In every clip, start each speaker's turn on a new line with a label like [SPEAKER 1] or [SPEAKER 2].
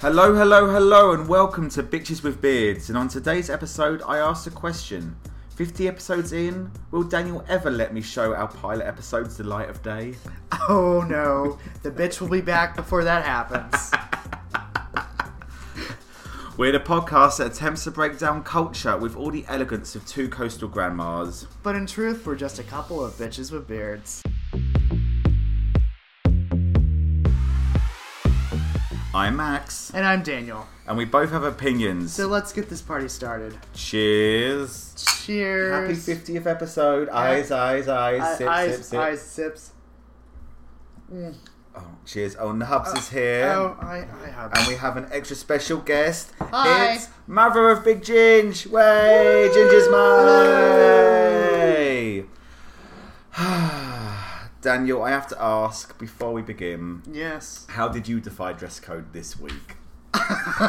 [SPEAKER 1] Hello, hello, hello, and welcome to Bitches with Beards. And on today's episode, I asked a question 50 episodes in, will Daniel ever let me show our pilot episodes the light of day?
[SPEAKER 2] Oh no, the bitch will be back before that happens.
[SPEAKER 1] We're the podcast that attempts to break down culture with all the elegance of two coastal grandmas.
[SPEAKER 2] But in truth, we're just a couple of bitches with beards.
[SPEAKER 1] I'm Max,
[SPEAKER 2] And I'm Daniel.
[SPEAKER 1] and we both have opinions.
[SPEAKER 2] So let's get this party started.
[SPEAKER 1] Cheers. Happy
[SPEAKER 2] Cheers.
[SPEAKER 1] 50th episode. Eyes, eyes, eyes. Sip,
[SPEAKER 2] eyes,
[SPEAKER 1] sip, sip.
[SPEAKER 2] eyes, sips.
[SPEAKER 1] Oh, cheers. Oh, and the hubs is here.
[SPEAKER 2] Oh, I, I have.
[SPEAKER 1] And we have an extra special guest.
[SPEAKER 2] Hi.
[SPEAKER 1] It's Mother of Big Ginge. Way, Ginger's Mother. Daniel, I have to ask before we begin
[SPEAKER 2] yes.
[SPEAKER 1] how did you defy dress code this week?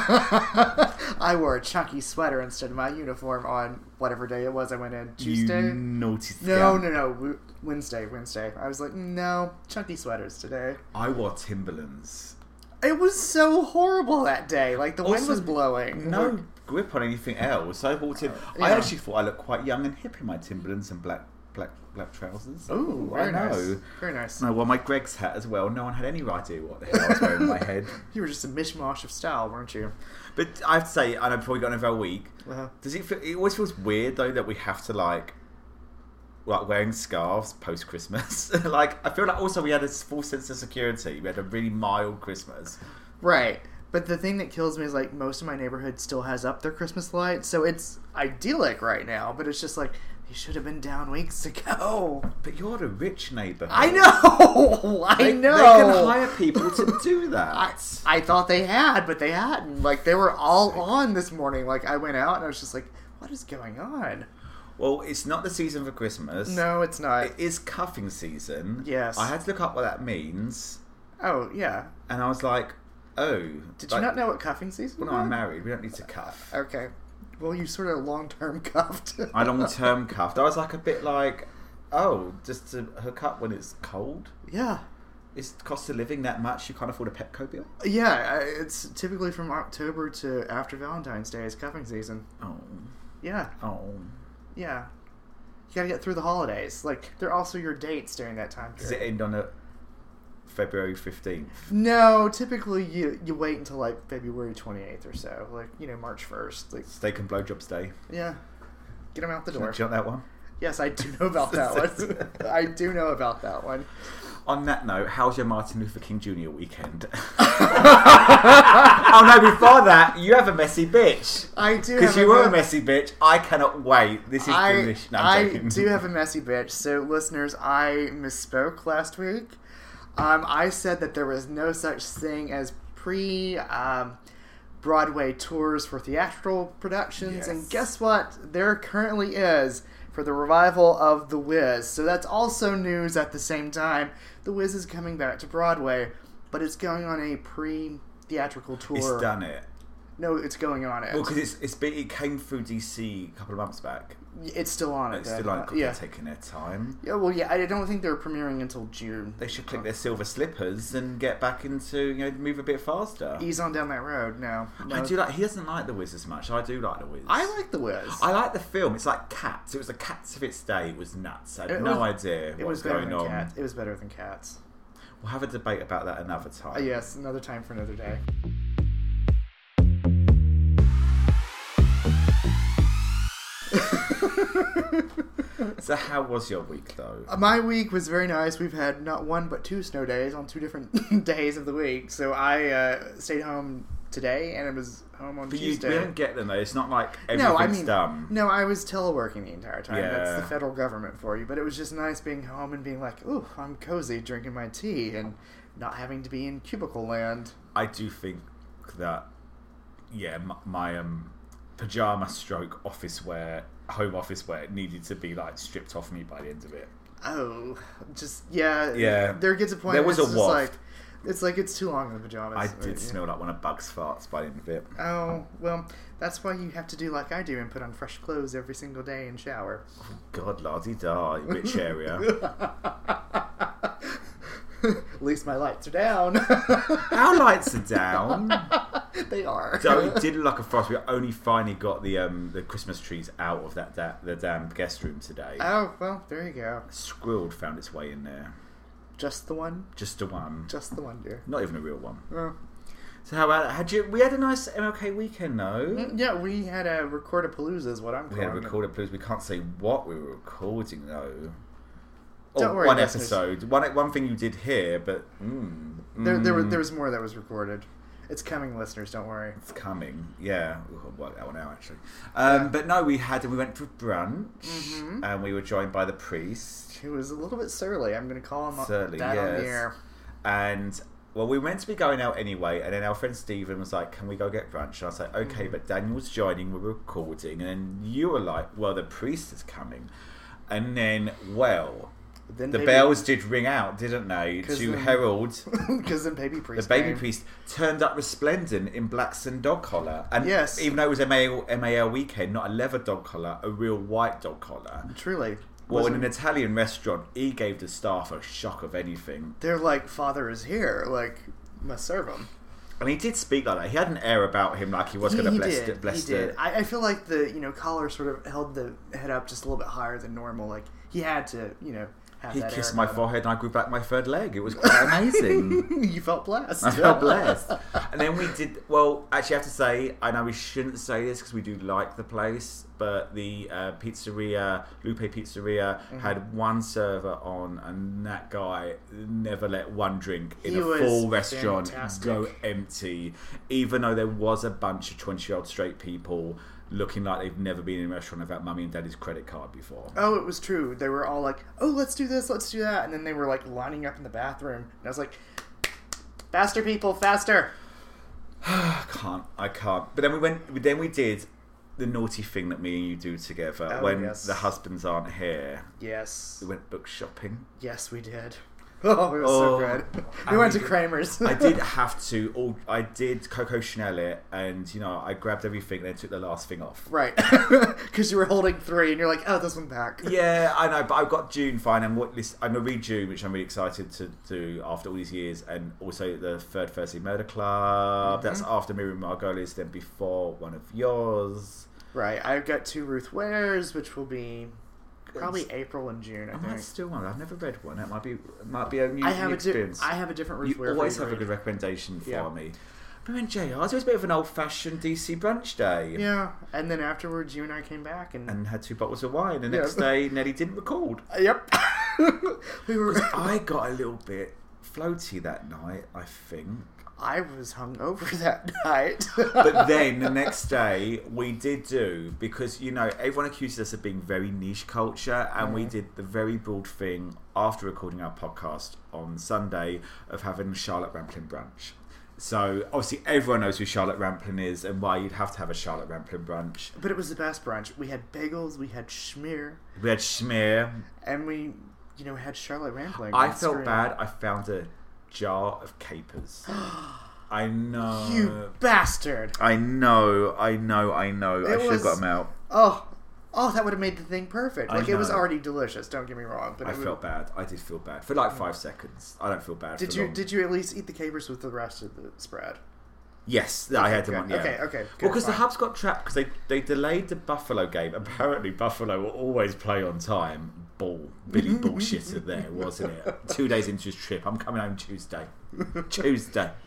[SPEAKER 2] I wore a chunky sweater instead of my uniform on whatever day it was I went in. Tuesday?
[SPEAKER 1] You noticed
[SPEAKER 2] no, no, no. W- Wednesday, Wednesday. I was like, no, chunky sweaters today.
[SPEAKER 1] I wore Timberlands.
[SPEAKER 2] It was so horrible that day. Like the wind
[SPEAKER 1] Also,
[SPEAKER 2] was blowing.
[SPEAKER 1] No grip on anything else. I walked in. I
[SPEAKER 2] Yeah.
[SPEAKER 1] actually thought I looked quite young and hip in my Timberlands and black black black trousers.
[SPEAKER 2] Ooh,
[SPEAKER 1] I
[SPEAKER 2] very
[SPEAKER 1] know.
[SPEAKER 2] nice. Very nice.
[SPEAKER 1] No, well, my Greg's hat as well. No one had any idea what the hell I was wearing on my head.
[SPEAKER 2] You were just a mishmash of style, weren't you?
[SPEAKER 1] But I have to say, and I've probably got another week.
[SPEAKER 2] Uh-huh.
[SPEAKER 1] Does it? Feel, it always feels weird though that we have to like, like wearing scarves post Christmas. like I feel like also we had a full sense of security. We had a really mild Christmas.
[SPEAKER 2] Right. But the thing that kills me is like most of my neighborhood still has up their Christmas lights, so it's idyllic right now. But it's just like they should have been down weeks ago.
[SPEAKER 1] But you're the rich neighbourhood.
[SPEAKER 2] I know. I
[SPEAKER 1] They,
[SPEAKER 2] know.
[SPEAKER 1] They can hire people to do that.
[SPEAKER 2] I, I thought they had, but they hadn't. Like they were all on this morning. Like I went out and I was just like, what is going on?
[SPEAKER 1] Well, it's not the season for Christmas.
[SPEAKER 2] No, it's not.
[SPEAKER 1] It is cuffing season.
[SPEAKER 2] Yes.
[SPEAKER 1] I had to look up what that means,
[SPEAKER 2] oh yeah.
[SPEAKER 1] and I was like, oh.
[SPEAKER 2] Did you not know what cuffing season?
[SPEAKER 1] Well, no, I'm
[SPEAKER 2] was?
[SPEAKER 1] married. We don't need to cuff.
[SPEAKER 2] Okay. Well, you sort of long term cuffed.
[SPEAKER 1] I long term cuffed. I was like a bit like, oh, just to hook up when it's cold.
[SPEAKER 2] Yeah.
[SPEAKER 1] It's cost of living that much. You can't afford a Petco bill.
[SPEAKER 2] Yeah, I- it's typically from October to after Valentine's Day is cuffing season.
[SPEAKER 1] Oh,
[SPEAKER 2] Yeah,
[SPEAKER 1] oh.
[SPEAKER 2] yeah. You gotta get through the holidays. Like, they're also your dates during that time
[SPEAKER 1] Does
[SPEAKER 2] period.
[SPEAKER 1] it end on a February fifteenth?
[SPEAKER 2] no, typically you you wait until like February 28th or so. Like, you know, March 1st. Like,
[SPEAKER 1] Steak and blowjobs day.
[SPEAKER 2] yeah. Get them out the
[SPEAKER 1] Do you
[SPEAKER 2] door.
[SPEAKER 1] want that one?
[SPEAKER 2] Yes, I do know about that one. I do know about that one.
[SPEAKER 1] On that note, how's your Martin Luther King Jr. weekend? oh no! Before that, you have a messy bitch
[SPEAKER 2] I do
[SPEAKER 1] because
[SPEAKER 2] have
[SPEAKER 1] you were a
[SPEAKER 2] mess-
[SPEAKER 1] messy bitch. I cannot wait. This is
[SPEAKER 2] I,
[SPEAKER 1] delicious. No, I'm
[SPEAKER 2] I
[SPEAKER 1] joking.
[SPEAKER 2] do have a messy bitch. So, listeners, I misspoke last week. Um, I said that there was no such thing as pre um, Broadway tours for theatrical productions.
[SPEAKER 1] Yes.
[SPEAKER 2] And guess what? There currently is for the revival of The Wiz. So, that's also news at the same time. The Wiz is coming back to Broadway, but it's going on a pre theatrical tour.
[SPEAKER 1] It's done it.
[SPEAKER 2] No, it's going on it.
[SPEAKER 1] Well, because it's, it's been, it came through DC a couple of months back.
[SPEAKER 2] It's still on it.
[SPEAKER 1] It's
[SPEAKER 2] though.
[SPEAKER 1] still like
[SPEAKER 2] yeah.
[SPEAKER 1] they're taking their time.
[SPEAKER 2] Yeah, well, yeah, I don't think they're premiering until June.
[SPEAKER 1] They should click their silver slippers and get back into you know move a bit faster.
[SPEAKER 2] Ease on down that road. No, no.
[SPEAKER 1] I do like. He doesn't like the Wiz as much. I do like the Wiz.
[SPEAKER 2] I like the Wiz.
[SPEAKER 1] I like the film. It's like Cats. It was the Cats of its day. It was nuts. I had
[SPEAKER 2] It
[SPEAKER 1] no
[SPEAKER 2] was-
[SPEAKER 1] idea
[SPEAKER 2] it
[SPEAKER 1] what was
[SPEAKER 2] was better
[SPEAKER 1] going
[SPEAKER 2] than
[SPEAKER 1] on.
[SPEAKER 2] cats. It was better than cats.
[SPEAKER 1] We'll have a debate about that another
[SPEAKER 2] Uh,
[SPEAKER 1] time.
[SPEAKER 2] yes, another time for another day.
[SPEAKER 1] So how was your week though?
[SPEAKER 2] Uh, My week was very nice. We've had not one but two snow days on two different days of the week. So I uh, stayed home today, and I was home on
[SPEAKER 1] But you, we
[SPEAKER 2] Tuesday.
[SPEAKER 1] don't get them though. It's not like everything's
[SPEAKER 2] no, I mean,
[SPEAKER 1] done.
[SPEAKER 2] no, I was teleworking the entire time. That's
[SPEAKER 1] Yeah.
[SPEAKER 2] the federal government for you. But it was just nice being home and being like, "Ooh, I'm cozy, drinking my tea, and not having to be in cubicle land."
[SPEAKER 1] I do think that yeah, my, my um pajama stroke office wear, home office wear needed to be like stripped off me by the end of it.
[SPEAKER 2] Oh, just yeah,
[SPEAKER 1] Yeah.
[SPEAKER 2] There gets a point.
[SPEAKER 1] There
[SPEAKER 2] where
[SPEAKER 1] was
[SPEAKER 2] it's
[SPEAKER 1] a
[SPEAKER 2] just
[SPEAKER 1] waft.
[SPEAKER 2] Like, it's like it's too long in the pajamas.
[SPEAKER 1] I
[SPEAKER 2] Uh, yeah.
[SPEAKER 1] did smell like one of Bugs' farts by the end of it.
[SPEAKER 2] Oh well, that's why you have to do like I do and put on fresh clothes every single day and shower.
[SPEAKER 1] God, lardy da, rich area.
[SPEAKER 2] At least my lights are down.
[SPEAKER 1] Our lights are down.
[SPEAKER 2] they are.
[SPEAKER 1] So it did look like a frost. We only finally got the um, the Christmas trees out of that da- the damn guest room today.
[SPEAKER 2] oh well, there you go.
[SPEAKER 1] Squilled found its way in there.
[SPEAKER 2] Just the one.
[SPEAKER 1] Just a one.
[SPEAKER 2] Just the one, dear.
[SPEAKER 1] Not even a real one.
[SPEAKER 2] Oh.
[SPEAKER 1] So how about had you? We had a nice MLK weekend though.
[SPEAKER 2] Mm, Yeah, we had a record a palooza, is what I'm
[SPEAKER 1] We
[SPEAKER 2] calling
[SPEAKER 1] had
[SPEAKER 2] it.
[SPEAKER 1] recorded blues. We can't say what we were recording though. Oh,
[SPEAKER 2] Don't worry,
[SPEAKER 1] one
[SPEAKER 2] listeners.
[SPEAKER 1] episode. One one thing you did hear, but mm,
[SPEAKER 2] There, there, was,
[SPEAKER 1] mm,
[SPEAKER 2] there was more that was recorded. It's coming, listeners. Don't worry.
[SPEAKER 1] it's coming. Yeah, we'll work that one out actually. Um, But no, we had we went for brunch
[SPEAKER 2] Mhm.
[SPEAKER 1] and we were joined by the priest
[SPEAKER 2] He was a little bit surly. I'm going to call him on-
[SPEAKER 1] Surly,
[SPEAKER 2] that on
[SPEAKER 1] yes.
[SPEAKER 2] the air.
[SPEAKER 1] and. Well, we were meant to be going out anyway, and then our friend Stephen was like, "Can we go get brunch?" And I was like, "Okay,"
[SPEAKER 2] Mm-hmm.
[SPEAKER 1] but Daniel's joining. We're recording, and then you were like, "Well, the priest is coming," and then, well,
[SPEAKER 2] Then
[SPEAKER 1] The bells did ring out, didn't they,
[SPEAKER 2] 'Cause um,
[SPEAKER 1] to
[SPEAKER 2] the-
[SPEAKER 1] herald
[SPEAKER 2] because then baby
[SPEAKER 1] the
[SPEAKER 2] priest.
[SPEAKER 1] baby
[SPEAKER 2] came.
[SPEAKER 1] priest turned up resplendent in blacks and dog collar. And
[SPEAKER 2] Yes.
[SPEAKER 1] even though it was MAL, MAL weekend, not a leather dog collar, a real white dog collar.
[SPEAKER 2] Truly.
[SPEAKER 1] Well, in
[SPEAKER 2] wasn't-
[SPEAKER 1] an Italian restaurant, he gave the staff a shock of anything.
[SPEAKER 2] they're like, father is here. Like, must serve him.
[SPEAKER 1] And he did speak like that. He had an air about him, like he was
[SPEAKER 2] He-
[SPEAKER 1] going to
[SPEAKER 2] he
[SPEAKER 1] bless
[SPEAKER 2] did,
[SPEAKER 1] it. Bless
[SPEAKER 2] he did.
[SPEAKER 1] it.
[SPEAKER 2] I, I feel like the you know collar sort of held the head up just a little bit higher than normal. Like he had to you know have
[SPEAKER 1] He
[SPEAKER 2] that
[SPEAKER 1] kissed
[SPEAKER 2] air
[SPEAKER 1] my
[SPEAKER 2] about
[SPEAKER 1] forehead and I grew back my third leg. It was quite amazing.
[SPEAKER 2] him. you felt blessed.
[SPEAKER 1] I felt blessed. And then we did. Well, actually, I have to say, I know we shouldn't say this because we do like the place, but the uh, pizzeria, Lupe Pizzeria,
[SPEAKER 2] Mm-hmm.
[SPEAKER 1] had one server on, and that guy never let one drink in
[SPEAKER 2] He
[SPEAKER 1] a
[SPEAKER 2] was
[SPEAKER 1] full restaurant
[SPEAKER 2] fantastic.
[SPEAKER 1] go empty, even though there was a bunch of twenty-year-old straight people looking like they've never been in a restaurant without mummy and daddy's credit card before.
[SPEAKER 2] Oh, it was true. They were all like, "Oh, let's do this, let's do that," and then they were like lining up in the bathroom, and I was like, "Faster, people, faster!"
[SPEAKER 1] I Ah, can't. I can't. But then we went. Then we did the naughty thing that me and you do together
[SPEAKER 2] Oh,
[SPEAKER 1] when
[SPEAKER 2] yes.
[SPEAKER 1] the husbands aren't here.
[SPEAKER 2] Yes,
[SPEAKER 1] We went book shopping.
[SPEAKER 2] yes, we did. Oh, it was
[SPEAKER 1] Oh,
[SPEAKER 2] so good. We
[SPEAKER 1] I
[SPEAKER 2] went to
[SPEAKER 1] did-
[SPEAKER 2] Kramer's.
[SPEAKER 1] I did have to. All I did Coco Chanel it, and you know I grabbed everything and then took the last thing off.
[SPEAKER 2] right because you were holding three, and you're like, "Oh, this one back."
[SPEAKER 1] Yeah, I know, but I've got June fine. and what this. I'm gonna read June, which I'm really excited to do after all these years, and also the Third Thursday Murder Club. That's
[SPEAKER 2] Mm-hmm.
[SPEAKER 1] after Miriam Margolis, then before one of yours.
[SPEAKER 2] Right. I've got two Ruth Wares, which will be probably April and June. I
[SPEAKER 1] I might
[SPEAKER 2] think.
[SPEAKER 1] still one. I've never read one. That might be might be a new
[SPEAKER 2] I have a di-
[SPEAKER 1] experience.
[SPEAKER 2] I have a different Ruth
[SPEAKER 1] You
[SPEAKER 2] Ware.
[SPEAKER 1] always have
[SPEAKER 2] favorite.
[SPEAKER 1] a good recommendation for
[SPEAKER 2] Yeah.
[SPEAKER 1] me. But then JR's, it was a bit of an old fashioned DC brunch day.
[SPEAKER 2] Yeah, and then afterwards, you and I came back, and,
[SPEAKER 1] And had two bottles of wine. The
[SPEAKER 2] Yeah.
[SPEAKER 1] next day, Nelly didn't record.
[SPEAKER 2] yep, we were.
[SPEAKER 1] I got a little bit floaty that night, I think.
[SPEAKER 2] I was hungover that night.
[SPEAKER 1] But then the next day, we did do, because, you know, everyone accuses us of being very niche culture, and we did the very broad thing after recording our podcast on Sunday of having Charlotte Ramplin brunch. So, obviously, everyone knows who Charlotte Ramplin is and why you'd have to have a Charlotte Ramplin brunch.
[SPEAKER 2] but it was the best brunch. We had bagels, we had schmear,
[SPEAKER 1] We had schmear.
[SPEAKER 2] and we, you know, had Charlotte Rampling.
[SPEAKER 1] I
[SPEAKER 2] on
[SPEAKER 1] felt
[SPEAKER 2] screen.
[SPEAKER 1] bad. I found a jar of capers. I know.
[SPEAKER 2] You bastard!
[SPEAKER 1] I know. I know. I know. I
[SPEAKER 2] It
[SPEAKER 1] should have got
[SPEAKER 2] was-
[SPEAKER 1] them out.
[SPEAKER 2] Oh, oh, that would have made the thing perfect.
[SPEAKER 1] I
[SPEAKER 2] Like it was
[SPEAKER 1] know.
[SPEAKER 2] already delicious. Don't get me wrong, but
[SPEAKER 1] I
[SPEAKER 2] it was,
[SPEAKER 1] felt bad. I did feel bad for like five seconds. I don't feel bad.
[SPEAKER 2] Hmm. Did
[SPEAKER 1] for
[SPEAKER 2] you
[SPEAKER 1] long.
[SPEAKER 2] did you at least eat the capers with the rest of the spread?
[SPEAKER 1] Yes, I had them
[SPEAKER 2] good.
[SPEAKER 1] on. Yeah.
[SPEAKER 2] Okay, okay, good,
[SPEAKER 1] well, because the
[SPEAKER 2] fine.
[SPEAKER 1] Hubs got trapped because they they delayed the Buffalo game. Apparently, Buffalo will always play on time. Ball, Billy bullshitter there, wasn't it? Two days into his trip, I'm coming home Tuesday. Tuesday.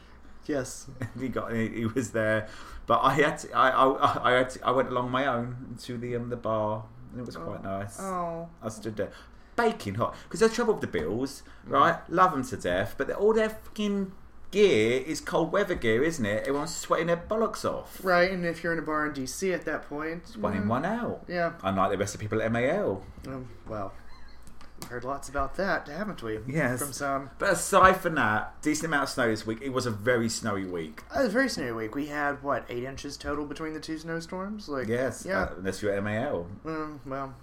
[SPEAKER 2] Yes.
[SPEAKER 1] he got he, he was there, but I had to, I, I I had to, I went along my own to the um the bar and it was quite nice.
[SPEAKER 2] Oh.
[SPEAKER 1] I stood there baking hot because there's trouble with the Bills,
[SPEAKER 2] Mm.
[SPEAKER 1] right? Love them to death, but all their fucking gear is cold weather gear, isn't it? Everyone's sweating their bollocks off.
[SPEAKER 2] Right, and if you're in a bar in DC at that point,
[SPEAKER 1] One in,
[SPEAKER 2] mm,
[SPEAKER 1] one out.
[SPEAKER 2] Yeah.
[SPEAKER 1] Unlike the rest of the people at MAL.
[SPEAKER 2] Um, well, we've heard lots about that, haven't we?
[SPEAKER 1] Yes.
[SPEAKER 2] From some.
[SPEAKER 1] But aside from that, decent amount of snow this week. It was a very snowy week.
[SPEAKER 2] Uh, it was a very snowy week. We had what eight inches total between the two snowstorms. Like
[SPEAKER 1] Yes,
[SPEAKER 2] yeah.
[SPEAKER 1] uh, unless you're at MAL.
[SPEAKER 2] Mm, well,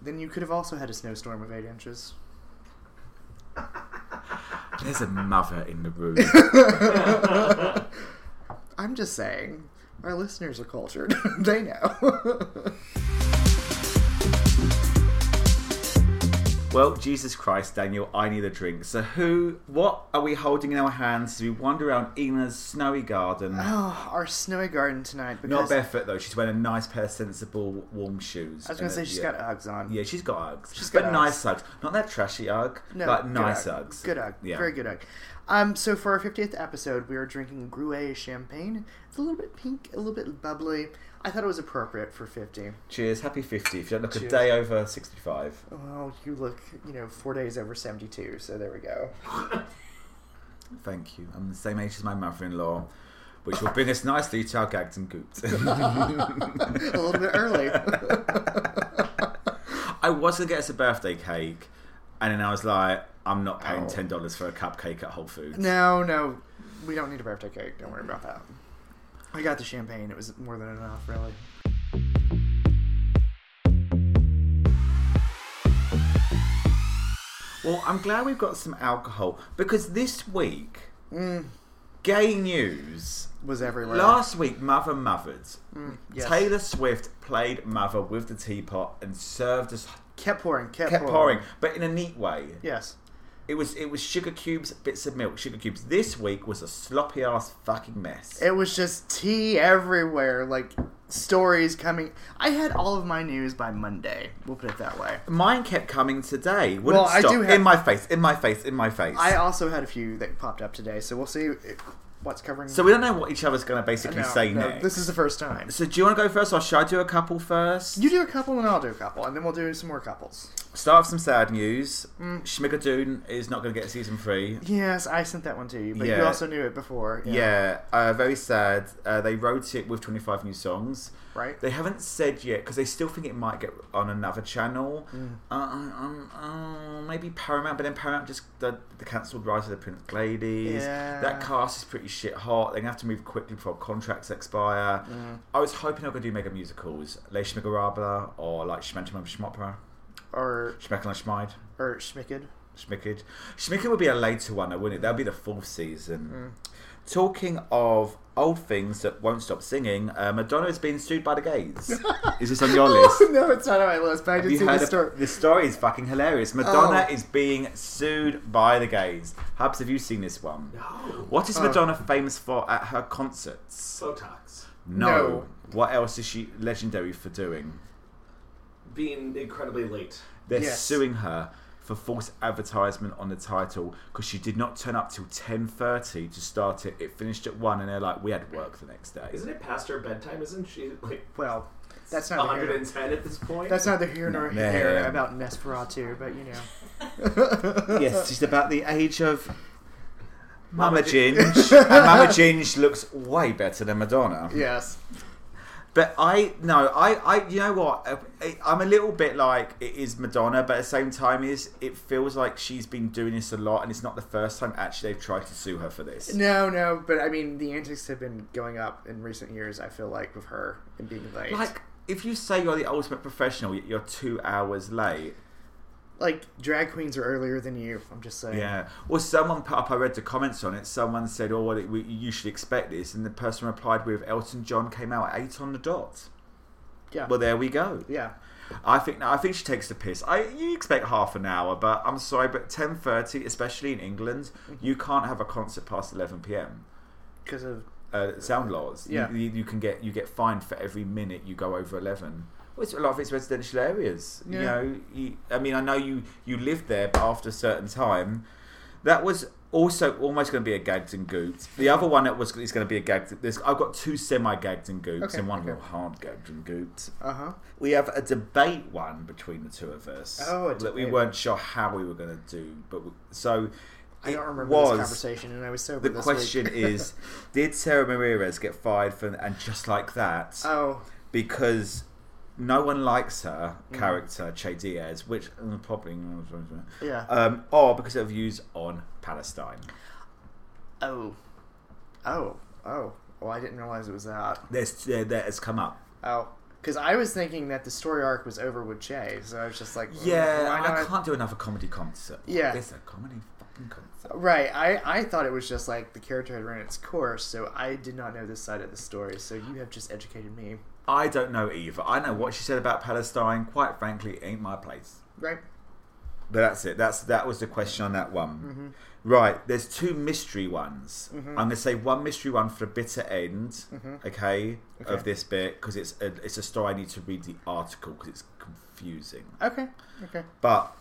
[SPEAKER 2] then you could have also had a snowstorm of eight inches.
[SPEAKER 1] There's a mother in the room.
[SPEAKER 2] I'm just saying, our listeners are cultured. they know.
[SPEAKER 1] Well, Jesus Christ, Daniel, I need a drink. So, who, what are we holding in our hands as we wander around Ina's snowy garden?
[SPEAKER 2] Oh, our snowy garden tonight.
[SPEAKER 1] Not
[SPEAKER 2] Because
[SPEAKER 1] barefoot though. She's wearing a nice pair of sensible warm shoes.
[SPEAKER 2] I was going to say
[SPEAKER 1] she's
[SPEAKER 2] she's got Uggs on.
[SPEAKER 1] Yeah, she's got Uggs.
[SPEAKER 2] She's
[SPEAKER 1] but
[SPEAKER 2] got Uggs.
[SPEAKER 1] nice Uggs. Not that trashy Ugg.
[SPEAKER 2] No,
[SPEAKER 1] but
[SPEAKER 2] good
[SPEAKER 1] nice
[SPEAKER 2] Ugg.
[SPEAKER 1] Uggs.
[SPEAKER 2] Good Ugg.
[SPEAKER 1] Yeah.
[SPEAKER 2] Very good Ugg. Um, so for our 50th episode, we are drinking Gruet champagne. It's a little bit pink, a little bit bubbly. I thought it was appropriate for 50.
[SPEAKER 1] Cheers. Happy 50. If you don't look a
[SPEAKER 2] Cheers.
[SPEAKER 1] day over 65.
[SPEAKER 2] Well, you look, you know, four days over 72, so there we go.
[SPEAKER 1] Thank you. I'm the same age as my mother in law, which will bring us nicely to our gags and goops. a
[SPEAKER 2] A little bit early.
[SPEAKER 1] I was going to get us a birthday cake, and then I was like, I'm not paying
[SPEAKER 2] Ow.
[SPEAKER 1] $10 for a cupcake at Whole Foods.
[SPEAKER 2] No, no, we don't need a birthday cake. Don't worry about that. I got the champagne. It was more than enough, really.
[SPEAKER 1] Well, I'm glad we've got some alcohol because this week, gay news.
[SPEAKER 2] Mm, Was everywhere.
[SPEAKER 1] Last week, Mother mothered.
[SPEAKER 2] Mm, yes.
[SPEAKER 1] Taylor Swift played Mother with the teapot and served us
[SPEAKER 2] kept pouring, kept,
[SPEAKER 1] kept pouring,
[SPEAKER 2] pouring.
[SPEAKER 1] but in a neat way.
[SPEAKER 2] Yes.
[SPEAKER 1] It was it was sugar cubes, bits of milk, sugar cubes. This week was a sloppy ass fucking mess.
[SPEAKER 2] It was just tea everywhere, like stories coming. I had all of my news by Monday. We'll put it that way.
[SPEAKER 1] Mine kept coming today. Wouldn't
[SPEAKER 2] Well, I
[SPEAKER 1] stop.
[SPEAKER 2] do have-
[SPEAKER 1] in my face, in my face, in my face.
[SPEAKER 2] I um, also had a few that popped up today, so we'll see if- what's covering.
[SPEAKER 1] So we don't know what each other's going to basically
[SPEAKER 2] No,
[SPEAKER 1] say
[SPEAKER 2] no,
[SPEAKER 1] next.
[SPEAKER 2] This is the first time.
[SPEAKER 1] So do you want to go first, or should I do a couple first?
[SPEAKER 2] You do a couple, and I'll do a couple, and then we'll do some more couples. Mm,
[SPEAKER 1] Start with some sad news. Schmigadoon is not going to get season three.
[SPEAKER 2] Yes, I sent that one to you, but you
[SPEAKER 1] Yeah.
[SPEAKER 2] also knew it before.
[SPEAKER 1] Yeah, uh, very sad. Uh, they wrote it with 25 new songs.
[SPEAKER 2] Right.
[SPEAKER 1] They haven't said yet because they still think it might get on another channel. Uh, um, um, maybe Paramount, but then Paramount just the, the cancelled Rise of the Prince Ladies.
[SPEAKER 2] Yeah.
[SPEAKER 1] That cast is pretty shit hot. They're gonna have to move quickly before contracts expire.
[SPEAKER 2] Mm,
[SPEAKER 1] I was hoping I could do mega musicals, Les Schmigarabla or like Schmentum Schmopra,
[SPEAKER 2] Or
[SPEAKER 1] Schmeckel and Schmide.
[SPEAKER 2] or Schmicked.
[SPEAKER 1] Schmickage. Schmickage would be a later one, though, wouldn't it? That would be the fourth
[SPEAKER 2] Mm.
[SPEAKER 1] season. Talking of old things that won't stop singing, uh, Madonna is being sued by the gays. is this on your list?
[SPEAKER 2] Oh, no, it's not on my list, but I
[SPEAKER 1] Have
[SPEAKER 2] did
[SPEAKER 1] you
[SPEAKER 2] see
[SPEAKER 1] heard
[SPEAKER 2] the
[SPEAKER 1] of-
[SPEAKER 2] story.
[SPEAKER 1] the story is fucking hilarious. Madonna
[SPEAKER 2] Oh.
[SPEAKER 1] is being sued by the gays. Hubs, have you seen this one?
[SPEAKER 3] No.
[SPEAKER 1] What
[SPEAKER 2] Oh.
[SPEAKER 1] is Madonna famous for at her concerts?
[SPEAKER 3] Botox.
[SPEAKER 1] No.
[SPEAKER 2] No.
[SPEAKER 1] What else is she legendary for doing?
[SPEAKER 3] Being incredibly late.
[SPEAKER 1] They're
[SPEAKER 2] Yes.
[SPEAKER 1] suing her for false advertisement on the title because she did not turn up till ten thirty to start it. It finished at one, and they're like, "We had work the next day."
[SPEAKER 3] Isn't it past her bedtime? Isn't she like
[SPEAKER 2] Well, that's not the here.
[SPEAKER 3] 110 at this point?
[SPEAKER 2] That's neither here nor
[SPEAKER 1] No.
[SPEAKER 2] there
[SPEAKER 1] Yeah.
[SPEAKER 2] about Nesferatu, but you know.
[SPEAKER 1] yes, she's about the age of Mama Ginge, and Mama Ginge looks way better than Madonna.
[SPEAKER 2] Yes.
[SPEAKER 1] But I no, I, I you know what? I, I'm a little bit like it is Madonna, but at the same time, is it feels like she's been doing this a lot, and it's not the first time actually they've tried to sue her for this.
[SPEAKER 2] No, no, but I mean, the antics have been going up in recent years, I feel like, with her and being late.
[SPEAKER 1] Like, if you say you're the ultimate professional, yet you're two hours late.
[SPEAKER 2] Like, drag queens are earlier than you, I'm just saying.
[SPEAKER 1] Oh, Yeah. Well, someone put up, I read the comments on it, someone said, oh, well, it, we, you should expect this. And the person replied with, Elton John came out at eight on the dot.
[SPEAKER 2] Yeah.
[SPEAKER 1] Well, there we go.
[SPEAKER 2] yeah.
[SPEAKER 1] I think no, I think she takes the piss. I you expect half an hour, but I'm sorry, but ten thirty, especially in England, you can't have a concert past eleven p.m.
[SPEAKER 2] Because of.
[SPEAKER 1] uh, sound laws. You-
[SPEAKER 2] Yeah.
[SPEAKER 1] You, you can get you get fined for every minute you go over eleven. Well, it's, a lot of it's residential areas. You
[SPEAKER 2] Yeah.
[SPEAKER 1] know, you, I mean, I know you you live there, but after a certain time, that was also almost going to be a gagged and gooped. The other one that was is going to be a gagged. There's, I've got two semi gagged and gooped
[SPEAKER 2] Okay,
[SPEAKER 1] and one
[SPEAKER 2] okay.
[SPEAKER 1] real hard gagged and gooped.
[SPEAKER 2] Uh huh.
[SPEAKER 1] We have a debate one between the two of us.
[SPEAKER 2] Oh, a
[SPEAKER 1] that we
[SPEAKER 2] debate.
[SPEAKER 1] weren't sure how we were going to do, but we, so.
[SPEAKER 2] I
[SPEAKER 1] it
[SPEAKER 2] don't remember
[SPEAKER 1] was,
[SPEAKER 2] this conversation, and I was sober
[SPEAKER 1] the
[SPEAKER 2] this
[SPEAKER 1] question
[SPEAKER 2] week.
[SPEAKER 1] is, did Sarah Ramirez get fired from and just like that
[SPEAKER 2] Oh,
[SPEAKER 1] because no one likes her
[SPEAKER 2] Mm.
[SPEAKER 1] character Che Diaz, which mm, probably
[SPEAKER 2] yeah.
[SPEAKER 1] um, or because of views on Palestine.
[SPEAKER 2] oh. Oh. Oh. Well, I didn't realize it was that.
[SPEAKER 1] There's there, there has come up.
[SPEAKER 2] Oh, because I was thinking that the story arc was over with Che, so I was just like, well,
[SPEAKER 1] Yeah,
[SPEAKER 2] why
[SPEAKER 1] I
[SPEAKER 2] not?
[SPEAKER 1] can't do another comedy concert.
[SPEAKER 2] Yeah.
[SPEAKER 1] it's a comedy fucking concert.
[SPEAKER 2] Right, I, I thought it was just like the character had run its course, so I did not know this side of the story. So you have just educated me,
[SPEAKER 1] I don't know either. I know what she said about Palestine. Quite frankly, it ain't my place.
[SPEAKER 2] right?
[SPEAKER 1] But that's it. That's that was the question on that
[SPEAKER 2] Mm-hmm.
[SPEAKER 1] one. Right. There's two mystery ones. I'm gonna say one mystery one for the bitter end. Okay,
[SPEAKER 2] Mm-hmm. Okay.
[SPEAKER 1] Of this bit because it's a, it's a story I need to read the article because it's confusing.
[SPEAKER 2] Okay. Okay.
[SPEAKER 1] But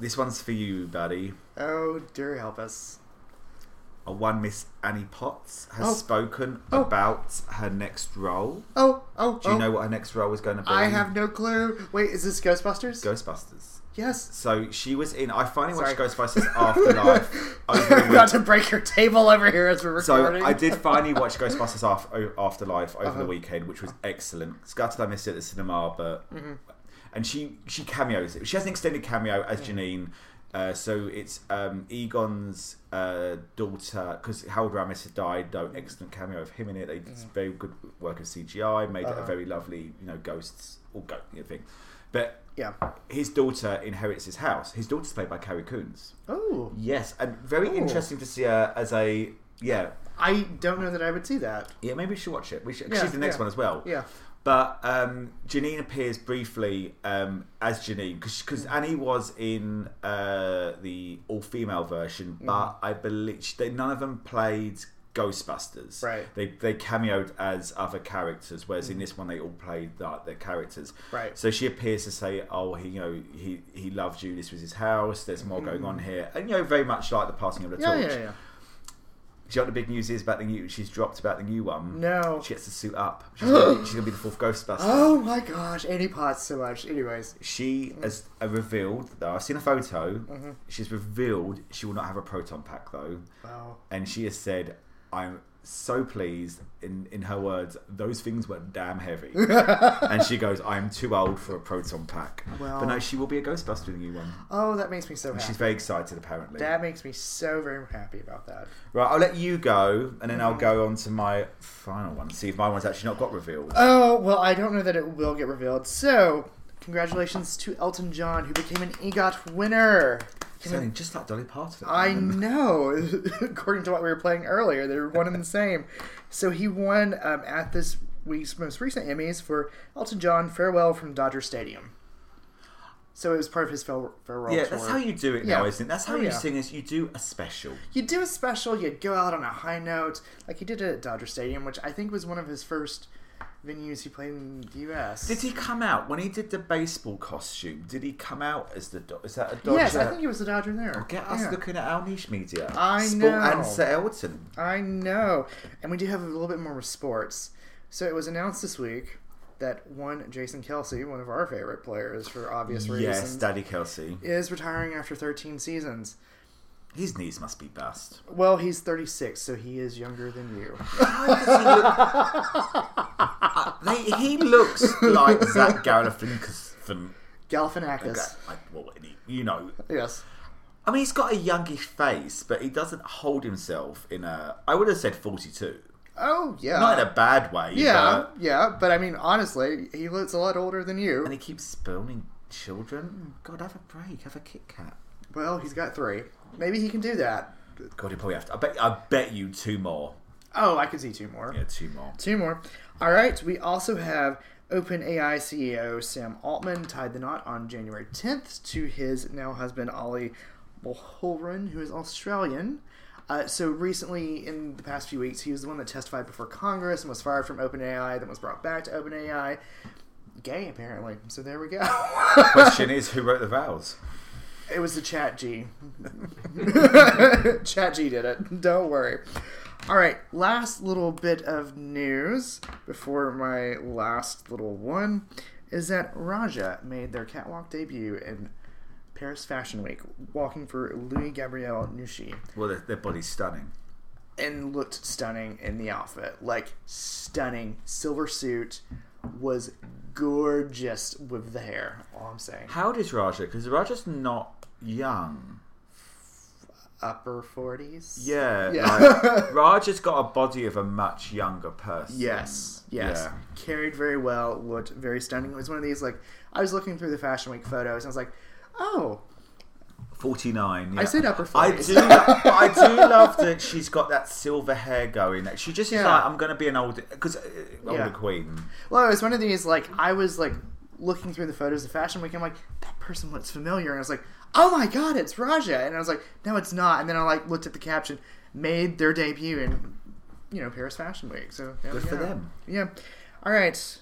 [SPEAKER 1] this one's for you, buddy.
[SPEAKER 2] Oh, dear, help us.
[SPEAKER 1] A one Miss Annie Potts has
[SPEAKER 2] Oh.
[SPEAKER 1] spoken
[SPEAKER 2] Oh.
[SPEAKER 1] about her next role.
[SPEAKER 2] Oh, oh,
[SPEAKER 1] Do you
[SPEAKER 2] oh.
[SPEAKER 1] know what her next role is going to be?
[SPEAKER 2] I have no clue. Wait, is this Ghostbusters?
[SPEAKER 1] Ghostbusters.
[SPEAKER 2] yes.
[SPEAKER 1] So she was in. I finally watched
[SPEAKER 2] Sorry.
[SPEAKER 1] Ghostbusters Afterlife over the
[SPEAKER 2] I'm about to
[SPEAKER 1] weekend.
[SPEAKER 2] break your table over here as we're
[SPEAKER 1] So
[SPEAKER 2] recording.
[SPEAKER 1] I did finally watch Ghostbusters Af- o- Afterlife over
[SPEAKER 2] Uh-huh.
[SPEAKER 1] the weekend, which was excellent. It's gutted I missed it at the cinema, but
[SPEAKER 2] Mm. Mm-hmm.
[SPEAKER 1] and she she cameos. She has an extended cameo as Janine. Uh, so it's um, Egon's uh, daughter because Harold Ramis had died.
[SPEAKER 2] Mm.
[SPEAKER 1] No, excellent cameo of him in it. They did some very good work of CGI, made it
[SPEAKER 2] Uh-huh.
[SPEAKER 1] a very lovely you know ghosts or goat you know, thing. But
[SPEAKER 2] Yeah.
[SPEAKER 1] his daughter inherits his house. His daughter's played by Carrie Coons.
[SPEAKER 2] Oh,
[SPEAKER 1] Yes, and very
[SPEAKER 2] Ooh.
[SPEAKER 1] interesting to see her as a yeah
[SPEAKER 2] I don't know that I would see that.
[SPEAKER 1] yeah. Maybe we should watch it. We should, 'cause
[SPEAKER 2] Yeah,
[SPEAKER 1] she's the next
[SPEAKER 2] yeah.
[SPEAKER 1] one as well.
[SPEAKER 2] Yeah.
[SPEAKER 1] But um, Janine appears briefly um, as Janine because
[SPEAKER 2] Mm.
[SPEAKER 1] Annie was in uh, the all female version,
[SPEAKER 2] Mm.
[SPEAKER 1] but I believe she- they, none of them played Ghostbusters.
[SPEAKER 2] Right. Mm.
[SPEAKER 1] They they cameoed as other characters, whereas in this one they all played like their characters.
[SPEAKER 2] Right.
[SPEAKER 1] So she appears to say, "Oh, he you know he he loved you. This was his house. There's more going on here," and you know very much like the passing of the
[SPEAKER 2] Mm. Yeah,
[SPEAKER 1] torch.
[SPEAKER 2] yeah, yeah.
[SPEAKER 1] Do you know what the big news is about the new? She's dropped about the new one.
[SPEAKER 2] No.
[SPEAKER 1] She gets to suit up. She's gonna, be, she's gonna be the fourth Ghostbuster.
[SPEAKER 2] Oh my gosh, Annie Potts so much. Anyways.
[SPEAKER 1] She has uh, revealed, though, I've seen a photo, she's revealed she will not have a proton pack, though.
[SPEAKER 2] Wow.
[SPEAKER 1] And she has said, I'm so pleased, in, in her words, those things were damn heavy. and she goes, I'm too old for a proton pack.
[SPEAKER 2] Well.
[SPEAKER 1] But no, she will be a Ghostbuster in the new one.
[SPEAKER 2] Oh, that makes me so happy.
[SPEAKER 1] She's very excited, apparently.
[SPEAKER 2] That makes me so very happy about that.
[SPEAKER 1] Right, I'll let you go, and then I'll go on to my final one, see if my one's actually not got revealed.
[SPEAKER 2] Oh, well, I don't know that it will get revealed. So, congratulations to Elton John, who became an EGOT winner.
[SPEAKER 1] Sounding just like Dolly Parton.
[SPEAKER 2] I
[SPEAKER 1] Um,
[SPEAKER 2] know. According to what we were playing earlier, they were one and the same. So he won um, at this week's most recent Emmys for Elton John "Farewell from Dodger Stadium." So it was part of his farewell farewell
[SPEAKER 1] Yeah,
[SPEAKER 2] tour.
[SPEAKER 1] that's how you do it now,
[SPEAKER 2] Yeah.
[SPEAKER 1] isn't it? That's how
[SPEAKER 2] Oh,
[SPEAKER 1] you
[SPEAKER 2] yeah.
[SPEAKER 1] sing is you do a special.
[SPEAKER 2] you do a special. You go out on a high note, like he did it at Dodger Stadium, which I think was one of his first venues he played in the U.S.
[SPEAKER 1] Did he come out when he did the baseball costume? Did he come out as the do- is that a Dodger?
[SPEAKER 2] Yes, I think he was a Dodger there.
[SPEAKER 1] Get us
[SPEAKER 2] Yeah.
[SPEAKER 1] looking at our niche media.
[SPEAKER 2] I
[SPEAKER 1] Sport
[SPEAKER 2] know.
[SPEAKER 1] and Sir Elton.
[SPEAKER 2] I know. And we do have a little bit more with sports. So it was announced this week that one Jason Kelsey, one of our favorite players for obvious
[SPEAKER 1] Yes,
[SPEAKER 2] reasons,
[SPEAKER 1] Daddy Kelsey.
[SPEAKER 2] is retiring after 13 seasons.
[SPEAKER 1] His knees must be bust.
[SPEAKER 2] Well, he's 36, so he is younger than you.
[SPEAKER 1] They, he looks like Zach Galifianakis. from-
[SPEAKER 2] Galifianakis.
[SPEAKER 1] like, well, any- you know,
[SPEAKER 2] Yes.
[SPEAKER 1] I mean, he's got a youngish face, but he doesn't hold himself in a. I would have said forty-two,
[SPEAKER 2] Oh yeah.
[SPEAKER 1] not in a bad way.
[SPEAKER 2] yeah,
[SPEAKER 1] but-
[SPEAKER 2] yeah, but I mean, honestly, he looks a lot older than you.
[SPEAKER 1] And he keeps spooning children. God, have a break. Have a Kit Kat.
[SPEAKER 2] Well, he's got three. Maybe he can do that.
[SPEAKER 1] God, you probably have to. I bet. I bet you two more.
[SPEAKER 2] Oh, I could see two more.
[SPEAKER 1] Yeah, two more.
[SPEAKER 2] Two more. All right. We also have OpenAI CEO Sam Altman tied the knot on January 10th to his now husband Ollie Mulholron, who is Australian. Uh, so recently, in the past few weeks, he was the one that testified before Congress and was fired from OpenAI, then was brought back to OpenAI. Gay, apparently. So there we go.
[SPEAKER 1] Question is, who wrote the vows?
[SPEAKER 2] It was the Chat G. Chat G did it. Don't worry. All right, last little bit of news before my last little one is that Raja made their catwalk debut in Paris Fashion Week, walking for Louis Gabriel Nushi,
[SPEAKER 1] Well, their, their body's stunning.
[SPEAKER 2] and looked stunning in the outfit. Like stunning, silver suit was gorgeous with the hair. All I'm saying,
[SPEAKER 1] How old is Raja? Because Raja's not young.
[SPEAKER 2] upper forties.
[SPEAKER 1] Yeah.
[SPEAKER 2] Yeah.
[SPEAKER 1] like, Raja's got a body of a much younger person.
[SPEAKER 2] Yes, yes.
[SPEAKER 1] Yeah.
[SPEAKER 2] Carried very well, looked very stunning. It was one of these, like, I was looking through the Fashion Week photos and I was like, oh,
[SPEAKER 1] Forty-nine.
[SPEAKER 2] I
[SPEAKER 1] yeah.
[SPEAKER 2] said upper
[SPEAKER 1] I
[SPEAKER 2] 40s.
[SPEAKER 1] do, lo- but I do love that she's got that silver hair going. She just is
[SPEAKER 2] Yeah.
[SPEAKER 1] like, I'm going to be an old, because uh, older
[SPEAKER 2] Yeah.
[SPEAKER 1] queen.
[SPEAKER 2] well, it was one of these, like, I was, like, looking through the photos of Fashion Week, I'm like, that person looks familiar. And I was like, oh my god, it's Raja. And I was like, no, it's not. And then I like looked at the caption, made their debut in, you know, Paris Fashion Week. So there
[SPEAKER 1] Good
[SPEAKER 2] we
[SPEAKER 1] for
[SPEAKER 2] go.
[SPEAKER 1] them.
[SPEAKER 2] Yeah. All right.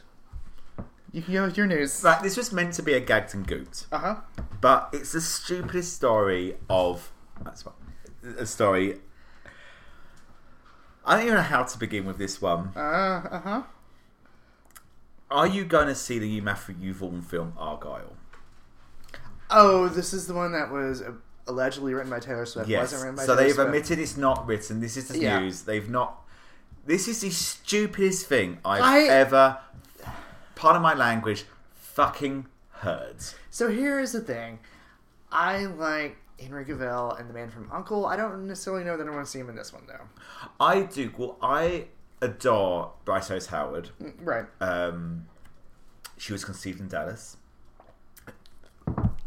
[SPEAKER 2] You can go with your news. Uh-huh. Uh
[SPEAKER 1] Right, this was meant to be a gags and goots,
[SPEAKER 2] huh.
[SPEAKER 1] but it's the stupidest story of. That's what. A story. I don't even know how to begin with this one.
[SPEAKER 2] Uh uh huh.
[SPEAKER 1] Are you going to see the Matthew Vaughn film Argyle?
[SPEAKER 2] Oh, this is the one that was uh, allegedly written by Taylor Swift.
[SPEAKER 1] Yes.
[SPEAKER 2] Wasn't written by
[SPEAKER 1] So
[SPEAKER 2] Taylor
[SPEAKER 1] they've
[SPEAKER 2] Swift.
[SPEAKER 1] admitted it's not written. This is the
[SPEAKER 2] Yeah.
[SPEAKER 1] news. They've not. This is the stupidest thing I've
[SPEAKER 2] I-
[SPEAKER 1] ever. Pardon my language. Fucking heard.
[SPEAKER 2] So here is the thing. I like Henry Cavill and the man from Uncle. I don't necessarily know that I want to see him in this one though.
[SPEAKER 1] I do. Well, I adore Bryce Dallas Howard.
[SPEAKER 2] Right.
[SPEAKER 1] Um, she was conceived in Dallas.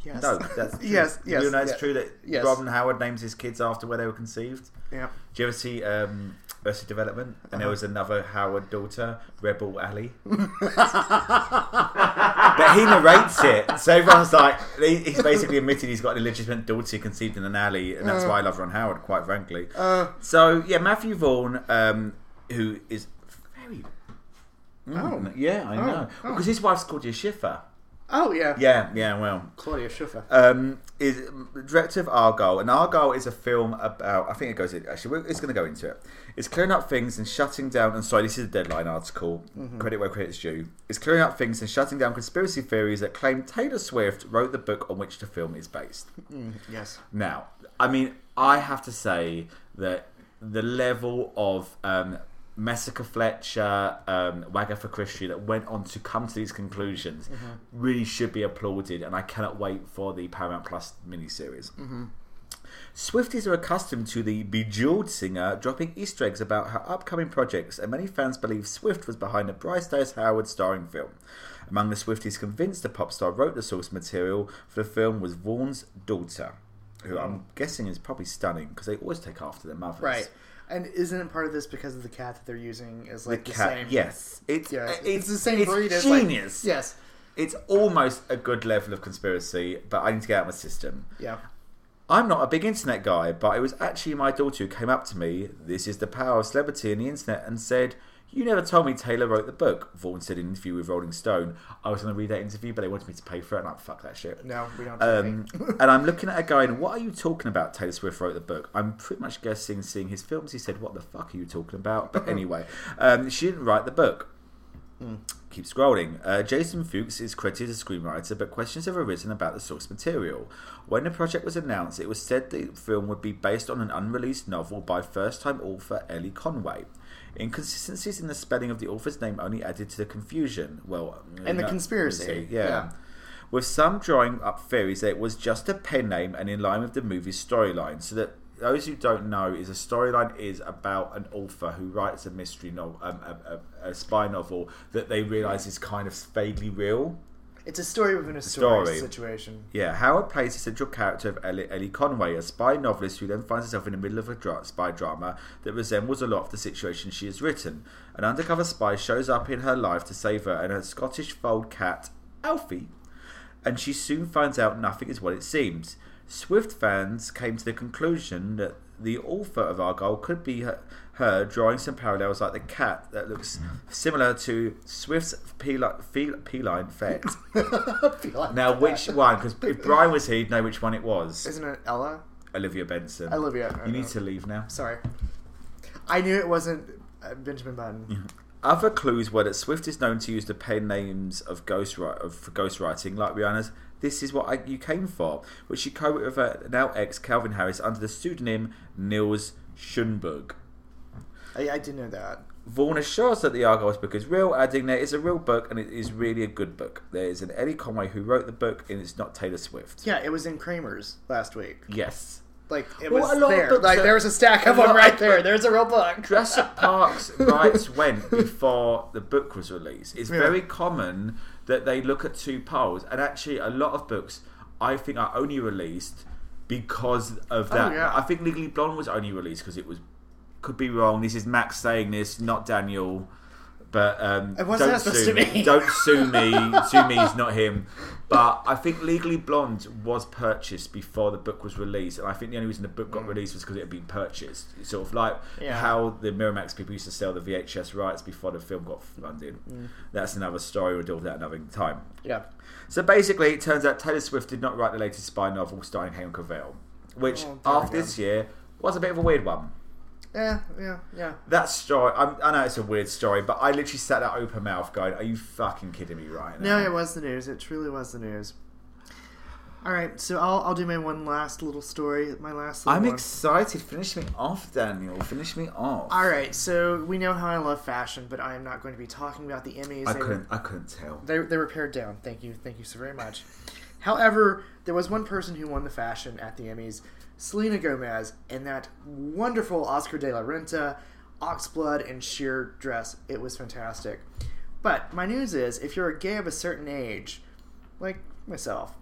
[SPEAKER 2] Yes.
[SPEAKER 1] No, that's true.
[SPEAKER 2] Yes, yes,
[SPEAKER 1] You know, it's
[SPEAKER 2] yeah.
[SPEAKER 1] true that
[SPEAKER 2] Yes.
[SPEAKER 1] Robin Howard names his kids after where they were conceived.
[SPEAKER 2] Yeah.
[SPEAKER 1] Do you ever see um, Arrested Development? And
[SPEAKER 2] Uh-huh.
[SPEAKER 1] there was another Howard daughter, Rebel Alley. but he narrates it, so everyone's like, he- he's basically admitted he's got an illegitimate daughter conceived in an alley, and that's why I love Ron Howard, quite frankly.
[SPEAKER 2] Uh,
[SPEAKER 1] so yeah, Matthew Vaughn, um, who is very, Mm,
[SPEAKER 2] Oh.
[SPEAKER 1] yeah, I
[SPEAKER 2] Oh,
[SPEAKER 1] know, because
[SPEAKER 2] oh.
[SPEAKER 1] his wife's called you Schiffer.
[SPEAKER 2] Oh yeah.
[SPEAKER 1] Yeah, yeah, well,
[SPEAKER 2] Claudia Schiffer.
[SPEAKER 1] um, is director of Argyle, and Argyle is a film about. I think it goes in, actually. we're- It's going to go into it. It's clearing up things and shutting down. And sorry, this is a deadline article. Credit where credit's due. It's clearing up things and shutting down conspiracy theories that claim Taylor Swift wrote the book on which the film is based.
[SPEAKER 2] Mm, yes.
[SPEAKER 1] Now, I mean, I have to say that the level of um, Massacre Fletcher, um, Wagger for Christie that went on to come to these conclusions really should be applauded, and I cannot wait for the Paramount Plus miniseries. Swifties are accustomed to the bejeweled singer dropping Easter eggs about her upcoming projects, and many fans believe Swift was behind the Bryce Dallas Howard starring film. Among the Swifties convinced the pop star wrote the source material for the film was Vaughn's daughter, who I'm guessing is probably stunning because they always take after their mothers.
[SPEAKER 2] Right. And isn't it part of this because of the cat that they're using is
[SPEAKER 1] The
[SPEAKER 2] like the,
[SPEAKER 1] cat,
[SPEAKER 2] same?
[SPEAKER 1] yes, it's,
[SPEAKER 2] Yeah.
[SPEAKER 1] it's
[SPEAKER 2] It's, the same
[SPEAKER 1] it's
[SPEAKER 2] breed as like-
[SPEAKER 1] genius.
[SPEAKER 2] yes.
[SPEAKER 1] It's almost a good level of conspiracy, but I need to get out of my system.
[SPEAKER 2] Yeah.
[SPEAKER 1] I'm not a big internet guy, but it was actually my daughter who came up to me, this is the power of celebrity and the internet, and said, You never told me Taylor wrote the book. Vaughan said in an interview with Rolling Stone, I was going to read that interview, but they wanted me to pay for it, and I'm like, fuck that shit.
[SPEAKER 2] No, we don't.
[SPEAKER 1] Um, and I'm looking at her going, What are you talking about? Taylor Swift wrote the book. I'm pretty much guessing, seeing his films, he said, What the fuck are you talking about? But anyway, um, she didn't write the book.
[SPEAKER 2] Hmm.
[SPEAKER 1] Keep scrolling. Uh, Jason Fuchs is credited as a screenwriter, but questions have arisen about the source material. When the project was announced, it was said the film would be based on an unreleased novel by first time author Ellie Conway. Inconsistencies in the spelling of the author's name only added to the confusion. Well,
[SPEAKER 2] And the
[SPEAKER 1] uh,
[SPEAKER 2] conspiracy.
[SPEAKER 1] yeah.
[SPEAKER 2] Yeah.
[SPEAKER 1] With some drawing up theories that it was just a pen name and in line with the movie's storyline, so that those who don't know is a storyline is about an author who writes a mystery novel, um, a, a, a spy novel that they realise is kind of vaguely real.
[SPEAKER 2] it's a story within a story,
[SPEAKER 1] Story.
[SPEAKER 2] situation.
[SPEAKER 1] Yeah, Howard plays the central character of Ellie, Ellie Conway, a spy novelist who then finds herself in the middle of a dra- spy drama that resembles a lot of the situation she has written. An undercover spy shows up in her life to save her and her Scottish fold cat, Alfie, and she soon finds out nothing is what it seems. Swift fans came to the conclusion that the author of Argyle could be her, her drawing some parallels like the cat that looks similar to Swift's feline, feline fet.
[SPEAKER 2] Feel like
[SPEAKER 1] Now,
[SPEAKER 2] that.
[SPEAKER 1] which one? Because if Brian was here, he'd know which one it was.
[SPEAKER 2] isn't it Ella?
[SPEAKER 1] Olivia Benson.
[SPEAKER 2] Olivia.
[SPEAKER 1] You need to leave now.
[SPEAKER 2] Sorry. I knew it wasn't uh, Benjamin Button.
[SPEAKER 1] Other clues were that Swift is known to use the pen names of ghost of, for ghostwriting, like Rihanna's "This Is What I, You Came For," which she co-wrote with her now ex Calvin Harris under the pseudonym Niels Schoenberg.
[SPEAKER 2] I, I did know that.
[SPEAKER 1] Vaughan assures that the Argos book is real, adding there is a real book and it is really a good book. There is an Ellie Conway who wrote the book, and it's not Taylor Swift.
[SPEAKER 2] Yeah, it was in Kramer's last week.
[SPEAKER 1] Yes.
[SPEAKER 2] Like it
[SPEAKER 1] Well, a
[SPEAKER 2] was
[SPEAKER 1] lot of
[SPEAKER 2] there.
[SPEAKER 1] books
[SPEAKER 2] Like
[SPEAKER 1] are-
[SPEAKER 2] there was a stack of
[SPEAKER 1] a
[SPEAKER 2] them
[SPEAKER 1] lot
[SPEAKER 2] right
[SPEAKER 1] of
[SPEAKER 2] there. There's a real book.
[SPEAKER 1] Jurassic Park's rights went before the book was released. It's
[SPEAKER 2] Yeah.
[SPEAKER 1] very common that they look at two polls, and actually, a lot of books I think are only released because of that.
[SPEAKER 2] Oh, yeah.
[SPEAKER 1] I think Legally Blonde was only released because it was. Could be wrong. This is Max saying this, not Daniel. But um,
[SPEAKER 2] It wasn't
[SPEAKER 1] don't
[SPEAKER 2] supposed
[SPEAKER 1] sue
[SPEAKER 2] to be.
[SPEAKER 1] Don't sue me. sue me is not him. But I think Legally Blonde was purchased before the book was released, and I think the only reason the book got released was because it had been purchased. It's Sort of like
[SPEAKER 2] Mm. Yeah.
[SPEAKER 1] how the Miramax people used to sell the VHS rights before the film got funded.
[SPEAKER 2] Mm.
[SPEAKER 1] That's another story. We'll deal with that another time.
[SPEAKER 2] Yeah.
[SPEAKER 1] So basically, it turns out Taylor Swift did not write the latest spy novel starring Henry Cavill, which
[SPEAKER 2] Oh, there we
[SPEAKER 1] after this year was a bit of a weird one.
[SPEAKER 2] Yeah, yeah, yeah.
[SPEAKER 1] That story, I'm, I know it's a weird story, but I literally sat there open mouth going, "Are you fucking kidding me right now?"
[SPEAKER 2] No, it was the news. It truly was the news. All right, so I'll, I'll do my one last little story. My last little
[SPEAKER 1] I'm
[SPEAKER 2] one.
[SPEAKER 1] excited. Finish me off, Daniel. Finish me off.
[SPEAKER 2] All right, so we know how I love fashion, but I am not going to be talking about the Emmys.
[SPEAKER 1] I
[SPEAKER 2] They were-
[SPEAKER 1] couldn't. I couldn't tell.
[SPEAKER 2] They, they were pared down. Thank you. Thank you so very much. However, there was one person who won the fashion at the Emmys, Selena Gomez, in that wonderful Oscar de la Renta oxblood and sheer dress. It was fantastic. But my news is, if you're a gay of a certain age, like myself,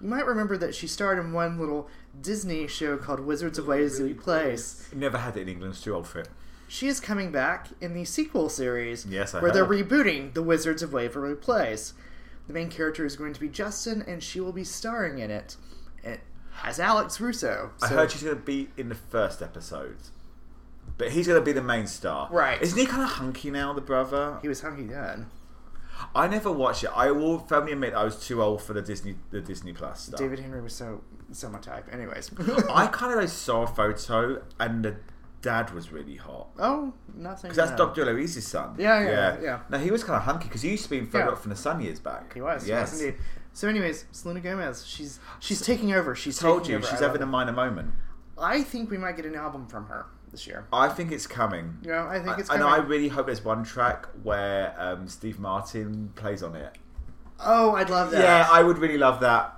[SPEAKER 2] you might remember that she starred in one little Disney show called Wizards of Waverly Place.
[SPEAKER 1] Never had it in England. It's too old for it.
[SPEAKER 2] She is coming back in the sequel series.
[SPEAKER 1] Yes, I
[SPEAKER 2] where they're
[SPEAKER 1] heard.
[SPEAKER 2] rebooting the Wizards of Waverly Place. The main character is going to be Justin, and she will be starring in it. It has Alex Russo.
[SPEAKER 1] I
[SPEAKER 2] so-
[SPEAKER 1] heard she's going to be in the first episode, but he's going to be the main star.
[SPEAKER 2] Right.
[SPEAKER 1] Isn't he kind of hunky now, the brother?
[SPEAKER 2] he was hunky then.
[SPEAKER 1] I never watched it. I will firmly admit I was too old for the Disney the Disney Plus stuff.
[SPEAKER 2] David Henry was so so my type. Anyways,
[SPEAKER 1] I kind of saw a photo and the dad was really hot.
[SPEAKER 2] oh nothing.
[SPEAKER 1] Because that's
[SPEAKER 2] now.
[SPEAKER 1] Dr. Eloise's son.
[SPEAKER 2] Yeah, yeah, yeah.
[SPEAKER 1] No, he was kind of hunky because he used to be in Fred
[SPEAKER 2] Yeah.
[SPEAKER 1] Rock from the Sun years back.
[SPEAKER 2] He was yes.
[SPEAKER 1] Yes.
[SPEAKER 2] indeed. So, anyways, Selena Gomez. She's she's taking over. She's
[SPEAKER 1] Told
[SPEAKER 2] taking
[SPEAKER 1] you,
[SPEAKER 2] over.
[SPEAKER 1] she's
[SPEAKER 2] I
[SPEAKER 1] having a
[SPEAKER 2] love
[SPEAKER 1] minor moment.
[SPEAKER 2] it. I think we might get an album from her this year.
[SPEAKER 1] I think it's coming.
[SPEAKER 2] You know, I think it's
[SPEAKER 1] and
[SPEAKER 2] coming.
[SPEAKER 1] I really hope there's one track where um, Steve Martin plays on it.
[SPEAKER 2] oh, I'd love that.
[SPEAKER 1] Yeah, I would really love that.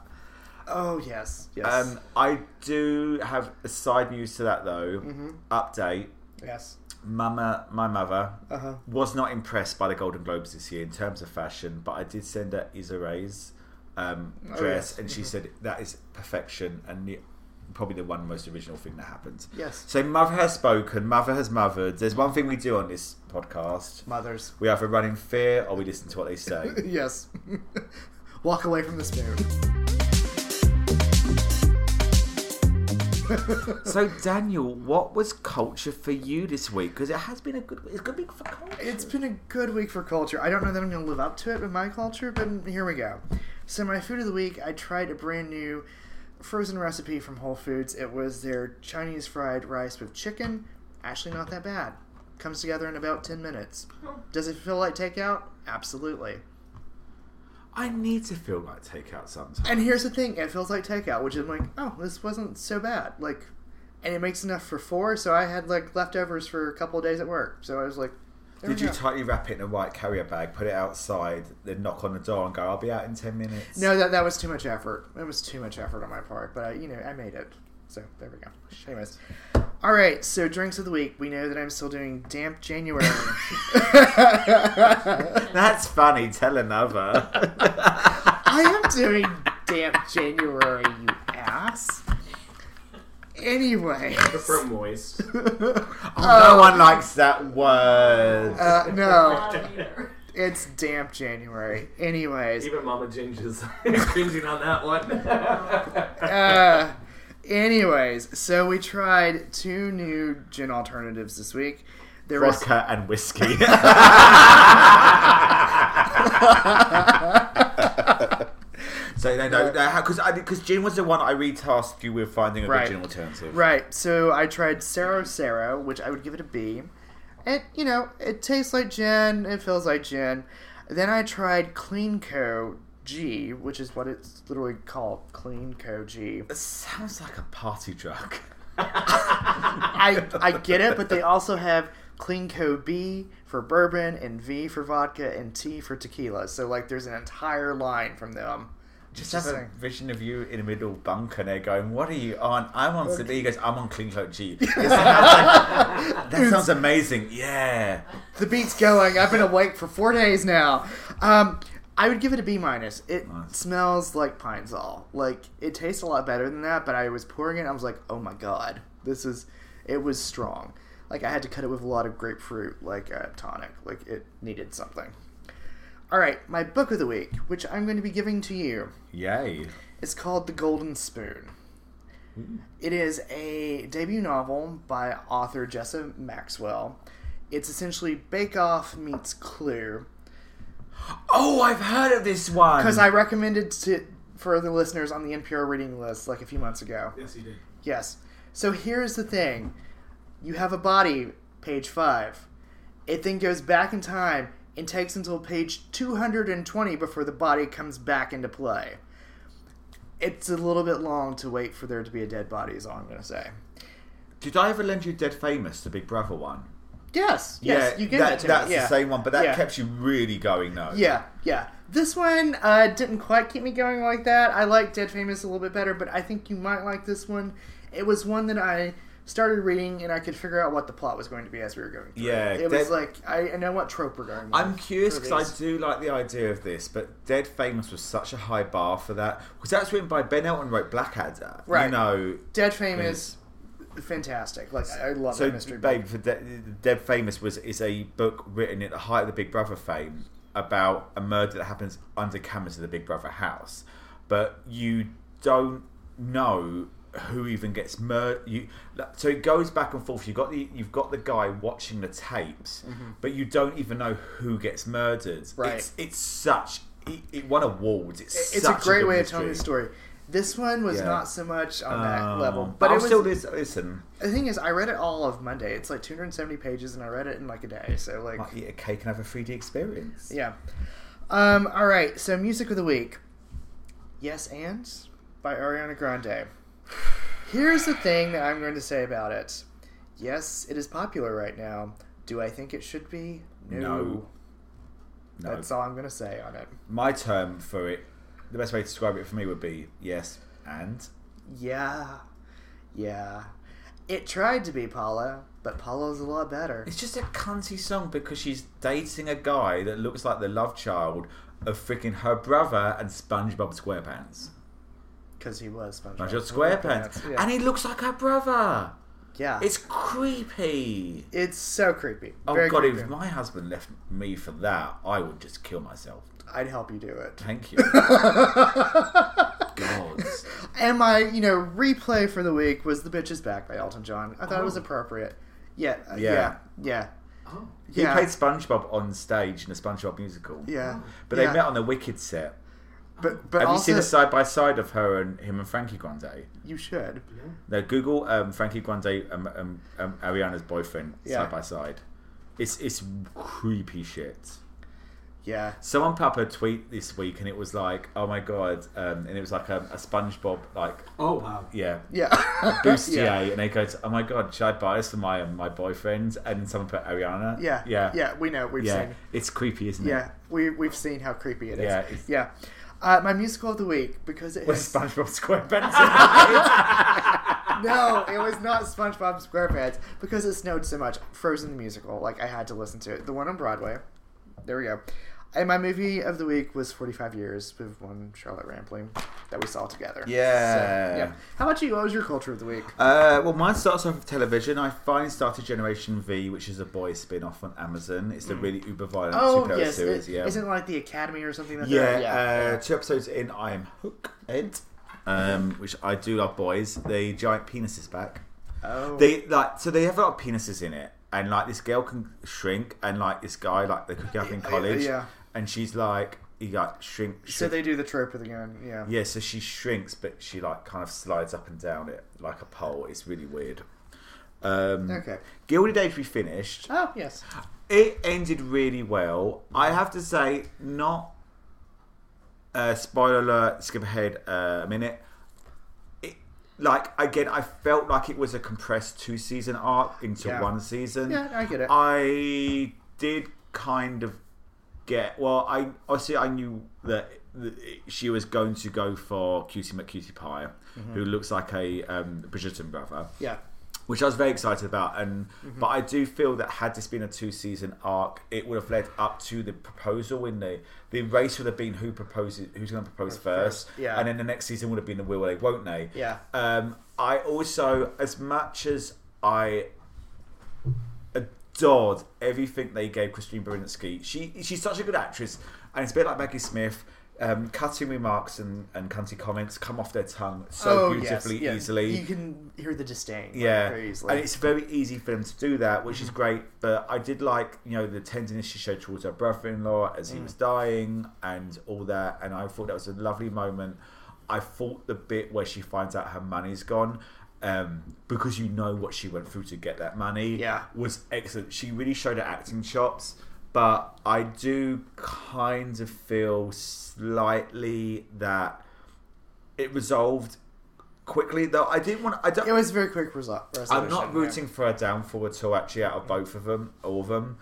[SPEAKER 2] oh yes, yes,
[SPEAKER 1] Um, I do have a side news to that though.
[SPEAKER 2] Mm-hmm.
[SPEAKER 1] Update:
[SPEAKER 2] yes.
[SPEAKER 1] Mama, my mother
[SPEAKER 2] Uh huh.
[SPEAKER 1] was not impressed by the Golden Globes this year in terms of fashion, but I did send her Issa Rae's um,
[SPEAKER 2] Oh,
[SPEAKER 1] dress,
[SPEAKER 2] yes.
[SPEAKER 1] and she said that is perfection and the, probably the one most original thing that happened.
[SPEAKER 2] Yes.
[SPEAKER 1] So mother has spoken, mother has mothered. There's one thing we do on this podcast:
[SPEAKER 2] Mothers.
[SPEAKER 1] we either run in fear or we listen to what they say.
[SPEAKER 2] yes. Walk away from the spoon.
[SPEAKER 1] so Daniel, what was culture for you this week? Because it has been a good, it's good week for culture.
[SPEAKER 2] It's been a good week for culture. I don't know that I'm going to live up to it with my culture, but here we go. So, my food of the week, I tried a brand new frozen recipe from Whole Foods. It was their Chinese fried rice with chicken. Actually, not that bad. Comes together in about 10 minutes. Does it feel like takeout? Absolutely.
[SPEAKER 1] I need to feel like takeout sometimes.
[SPEAKER 2] And here's the thing, it feels like takeout, which I'm like, oh, this wasn't so bad. Like, and it makes enough for four, so I had like leftovers for a couple of days at work. So I was like, there
[SPEAKER 1] Did
[SPEAKER 2] we
[SPEAKER 1] you
[SPEAKER 2] go.
[SPEAKER 1] tightly wrap it in a white carrier bag, put it outside, then knock on the door and go, I'll be out in 10 minutes?
[SPEAKER 2] no, that that was too much effort. It was too much effort on my part, but I, you know, I made it. So there we go. Anyways, all right. So drinks of the week, we know that I'm still doing damp January.
[SPEAKER 1] That's funny, tell another.
[SPEAKER 2] I am doing damp January, you ass. Anyway.
[SPEAKER 3] prefer moist.
[SPEAKER 1] Oh, no one likes that word.
[SPEAKER 2] Oh. Uh, no,
[SPEAKER 4] Not either.
[SPEAKER 2] it's damp January. Anyways,
[SPEAKER 3] Even Mama Ginge is cringing on that one.
[SPEAKER 2] uh, anyways, so we tried two new gin alternatives this week. There was
[SPEAKER 1] Vodka and whiskey. so, no, uh, no, because because Jim was the one I retasked you with finding a
[SPEAKER 2] Right.
[SPEAKER 1] original alternative.
[SPEAKER 2] right. So I tried Saro Saro, which I would give it a B. And you know, it tastes like gin. It feels like gin. Then I tried Clean Co G, which is what it's literally called, Clean Co G.
[SPEAKER 1] That sounds like a party drug.
[SPEAKER 2] I I get it, but they also have Clean Co B for bourbon and V for vodka and T for tequila. So like, there's an entire line from them.
[SPEAKER 1] Just have a
[SPEAKER 2] Interesting.
[SPEAKER 1] vision of you in a middle bunk and they're going, What are you on? I'm on Sabine. He goes, I'm on Clean Coat G. It sounds like- that sounds amazing. Yeah.
[SPEAKER 2] The beat's going. I've been awake for four days now. Um, I would give it a B minus. It
[SPEAKER 1] Nice.
[SPEAKER 2] smells like pine sol. Like it tastes a lot better than that. But I was pouring it. I was like, oh my god, this is. It was strong. Like I had to cut it with a lot of grapefruit, like uh, tonic. Like it needed something. All right, my book of the week, which I'm going to be giving to you,
[SPEAKER 1] Yay.
[SPEAKER 2] is called The Golden Spoon. It is a debut novel by author Jessa Maxwell. It's essentially Bake Off meets Clue.
[SPEAKER 1] Oh, I've heard of this one.
[SPEAKER 2] Because I recommended to for the listeners on the NPR reading list like a few months ago.
[SPEAKER 3] Yes, you did.
[SPEAKER 2] Yes. So here's the thing. You have a body, page five. It then goes back in time and takes until page 220 before the body comes back into play. It's a little bit long to wait for there to be a dead body, is all I'm going to say.
[SPEAKER 1] Did I ever lend you Dead Famous, the Big Brother one?
[SPEAKER 2] Yes, yes, you gave
[SPEAKER 1] that,
[SPEAKER 2] that to me,
[SPEAKER 1] That's
[SPEAKER 2] yeah.
[SPEAKER 1] the same one, but that
[SPEAKER 2] Yeah.
[SPEAKER 1] kept you really going, though.
[SPEAKER 2] Yeah, yeah. This one uh, didn't quite keep me going like that. I like Dead Famous a little bit better, but I think you might like this one. It was one that I started reading and I could figure out what the plot was going to be as we were going through.
[SPEAKER 1] Yeah,
[SPEAKER 2] it was
[SPEAKER 1] Dead-
[SPEAKER 2] like I, I know what trope we're going.
[SPEAKER 1] I'm
[SPEAKER 2] with
[SPEAKER 1] curious
[SPEAKER 2] for
[SPEAKER 1] because I
[SPEAKER 2] these.
[SPEAKER 1] do like the idea of this, but Dead Famous was such a high bar for that because that's written by Ben Elton, wrote Blackadder.
[SPEAKER 2] Right.
[SPEAKER 1] You know,
[SPEAKER 2] Dead Famous, fantastic. Like I I love
[SPEAKER 1] so
[SPEAKER 2] that mystery.
[SPEAKER 1] babe,
[SPEAKER 2] book.
[SPEAKER 1] for De- Dead Famous was is a book written at the height of the Big Brother fame about a murder that happens under cameras of the Big Brother house, but you don't know who even gets murdered. You so it goes back and forth. You got the you've got the guy watching the tapes, but you don't even know who gets murdered.
[SPEAKER 2] Mm-hmm. Right.
[SPEAKER 1] It's, it's such. It, it won awards. It's
[SPEAKER 2] It's
[SPEAKER 1] such
[SPEAKER 2] a great
[SPEAKER 1] good
[SPEAKER 2] way of
[SPEAKER 1] mystery.
[SPEAKER 2] telling the story. This one was
[SPEAKER 1] Yeah.
[SPEAKER 2] not so much on that
[SPEAKER 1] Um,
[SPEAKER 2] level, but
[SPEAKER 1] I'll
[SPEAKER 2] it was.
[SPEAKER 1] still lis- listen.
[SPEAKER 2] the thing is, I read it all of Monday. It's like 270 pages, and I read it in like a day. So like,
[SPEAKER 1] Might eat a cake and have a 3D experience.
[SPEAKER 2] Yeah. Um, all right, so music of the week. Yes and by Ariana Grande. Here's the thing that I'm going to say about it. Yes, it is popular right now. Do I think it should be? No.
[SPEAKER 1] No. No.
[SPEAKER 2] That's all I'm going to say on it.
[SPEAKER 1] My term for it, the best way to describe it for me would be yes and.
[SPEAKER 2] Yeah. Yeah. It tried to be Paula, but Paula's a lot better.
[SPEAKER 1] It's just a cunty song because she's dating a guy that looks like the love child of freaking her brother and SpongeBob SquarePants.
[SPEAKER 2] Because he was SpongeBob.
[SPEAKER 1] SpongeBob SquarePants.
[SPEAKER 2] Yeah.
[SPEAKER 1] And he looks like her brother.
[SPEAKER 2] yeah. It's,
[SPEAKER 1] It's creepy.
[SPEAKER 2] it's so creepy.
[SPEAKER 1] Oh
[SPEAKER 2] Very
[SPEAKER 1] god,
[SPEAKER 2] creepy.
[SPEAKER 1] if my husband left me for that, I would just kill myself.
[SPEAKER 2] I'd help you do it.
[SPEAKER 1] Thank you. God.
[SPEAKER 2] And my, you know, replay for the week was "The Bitch Is Back" by Elton John. I thought it was
[SPEAKER 3] Oh.
[SPEAKER 2] appropriate. Yeah, uh,
[SPEAKER 1] Yeah.
[SPEAKER 2] yeah, yeah,
[SPEAKER 3] Oh.
[SPEAKER 1] He
[SPEAKER 2] yeah,
[SPEAKER 1] played SpongeBob on stage in a SpongeBob musical.
[SPEAKER 2] yeah.
[SPEAKER 1] But
[SPEAKER 2] yeah.
[SPEAKER 1] they met on the Wicked set.
[SPEAKER 2] But but
[SPEAKER 1] Have
[SPEAKER 2] also,
[SPEAKER 1] you seen the side by side of her and him and Frankie Grande?
[SPEAKER 2] you should.
[SPEAKER 3] Yeah.
[SPEAKER 1] No, Google um, Frankie Grande um, um, um, Ariana's boyfriend
[SPEAKER 2] Yeah.
[SPEAKER 1] side by side. It's it's creepy shit.
[SPEAKER 2] Yeah,
[SPEAKER 1] Someone put up a tweet this week and it was like, oh my god, um, and it was like a, a SpongeBob like
[SPEAKER 3] Oh wow.
[SPEAKER 1] yeah.
[SPEAKER 2] yeah.
[SPEAKER 1] Bustier,
[SPEAKER 2] yeah.
[SPEAKER 1] and they go, to, "Oh my god, should I buy this for my um, my boyfriend?" And someone put Ariana.
[SPEAKER 2] yeah,
[SPEAKER 1] yeah,
[SPEAKER 2] yeah. We know. We've
[SPEAKER 1] yeah.
[SPEAKER 2] seen.
[SPEAKER 1] It's creepy, isn't it?
[SPEAKER 2] Yeah, we we've seen how creepy it is.
[SPEAKER 1] Yeah,
[SPEAKER 2] Yeah,
[SPEAKER 1] it's-
[SPEAKER 2] Uh, my musical of the week because it
[SPEAKER 1] Was
[SPEAKER 2] is
[SPEAKER 1] SpongeBob SquarePants?
[SPEAKER 2] no, it was not SpongeBob SquarePants because it snowed so much. Frozen the musical, like I had to listen to it. The one on Broadway. There we go. And my movie of the week was 45 Years with one Charlotte Rampling that we saw together.
[SPEAKER 1] Yeah.
[SPEAKER 2] So, yeah. How about you? What was your culture of the week?
[SPEAKER 1] Uh, well, mine starts off with television. I finally started Generation V, which is a boy spin off on Amazon. It's a really uber violent
[SPEAKER 2] Hmm. Oh,
[SPEAKER 1] superhero
[SPEAKER 2] yes.
[SPEAKER 1] series.
[SPEAKER 2] it-
[SPEAKER 1] yeah.
[SPEAKER 2] Isn't it like the Academy or something? That
[SPEAKER 1] yeah,
[SPEAKER 2] they're-
[SPEAKER 1] uh, two episodes in, I am hooked, um, which I do love boys. The giant penis is back.
[SPEAKER 2] Oh.
[SPEAKER 1] uh, They like so they have a lot of penises in it, and like this girl can shrink, and like this guy like they could get up in
[SPEAKER 2] Yeah,
[SPEAKER 1] college,
[SPEAKER 2] yeah.
[SPEAKER 1] and she's like he like shrink, shrink.
[SPEAKER 2] so they do the trope of the gun. Yeah.
[SPEAKER 1] Yeah, so she shrinks, but she like kind of slides up and down it like a pole. It's really weird. Um,
[SPEAKER 2] Okay.
[SPEAKER 1] Gilded Age we finished.
[SPEAKER 2] Oh, yes.
[SPEAKER 1] It ended really well. I have to say, not uh, spoiler alert. Skip ahead uh, a minute. It like again, I felt like it was a compressed two season arc into
[SPEAKER 2] Yeah.
[SPEAKER 1] one season.
[SPEAKER 2] Yeah, I get it.
[SPEAKER 1] I did kind of get. Well, I obviously I knew that that she was going to go for Cutie McCutie Pie,
[SPEAKER 2] Mm-hmm.
[SPEAKER 1] who looks like a um, Bridgerton brother,
[SPEAKER 2] yeah.
[SPEAKER 1] which I was very excited about. And
[SPEAKER 2] Mm-hmm.
[SPEAKER 1] but I do feel that had this been a two season arc, it would have led up to the proposal in the the race would have been who proposes who's going to propose first,
[SPEAKER 2] yeah.
[SPEAKER 1] and then the next season would have been the will they won't they,
[SPEAKER 2] Yeah.
[SPEAKER 1] um, I also, as much as I adored everything they gave Christine Baranski. She she's such a good actress, and it's a bit like Maggie Smith. Um, cutting remarks and, and cunty comments come off their tongue so
[SPEAKER 2] oh, yes,
[SPEAKER 1] beautifully
[SPEAKER 2] yes.
[SPEAKER 1] easily.
[SPEAKER 2] You can hear the disdain. like,
[SPEAKER 1] Yeah,
[SPEAKER 2] very Mm-hmm. easily.
[SPEAKER 1] and it's very easy for them to do that, which is great. But I did like, you know, the tenderness she showed towards her brother-in-law as
[SPEAKER 2] Mm.
[SPEAKER 1] he was dying and all that, and I thought that was a lovely moment. I thought the bit where she finds out her money's gone, um, because you know what she went through to get that money,
[SPEAKER 2] Yeah.
[SPEAKER 1] was excellent. She really showed her acting chops, but I do kind of feel slightly that it resolved quickly. Though I didn't want, I don't.
[SPEAKER 2] it was a very quick result.
[SPEAKER 1] I'm not
[SPEAKER 2] resolution, yeah. Mm.
[SPEAKER 1] rooting for a downfall at all, actually, out of both of them, all of them.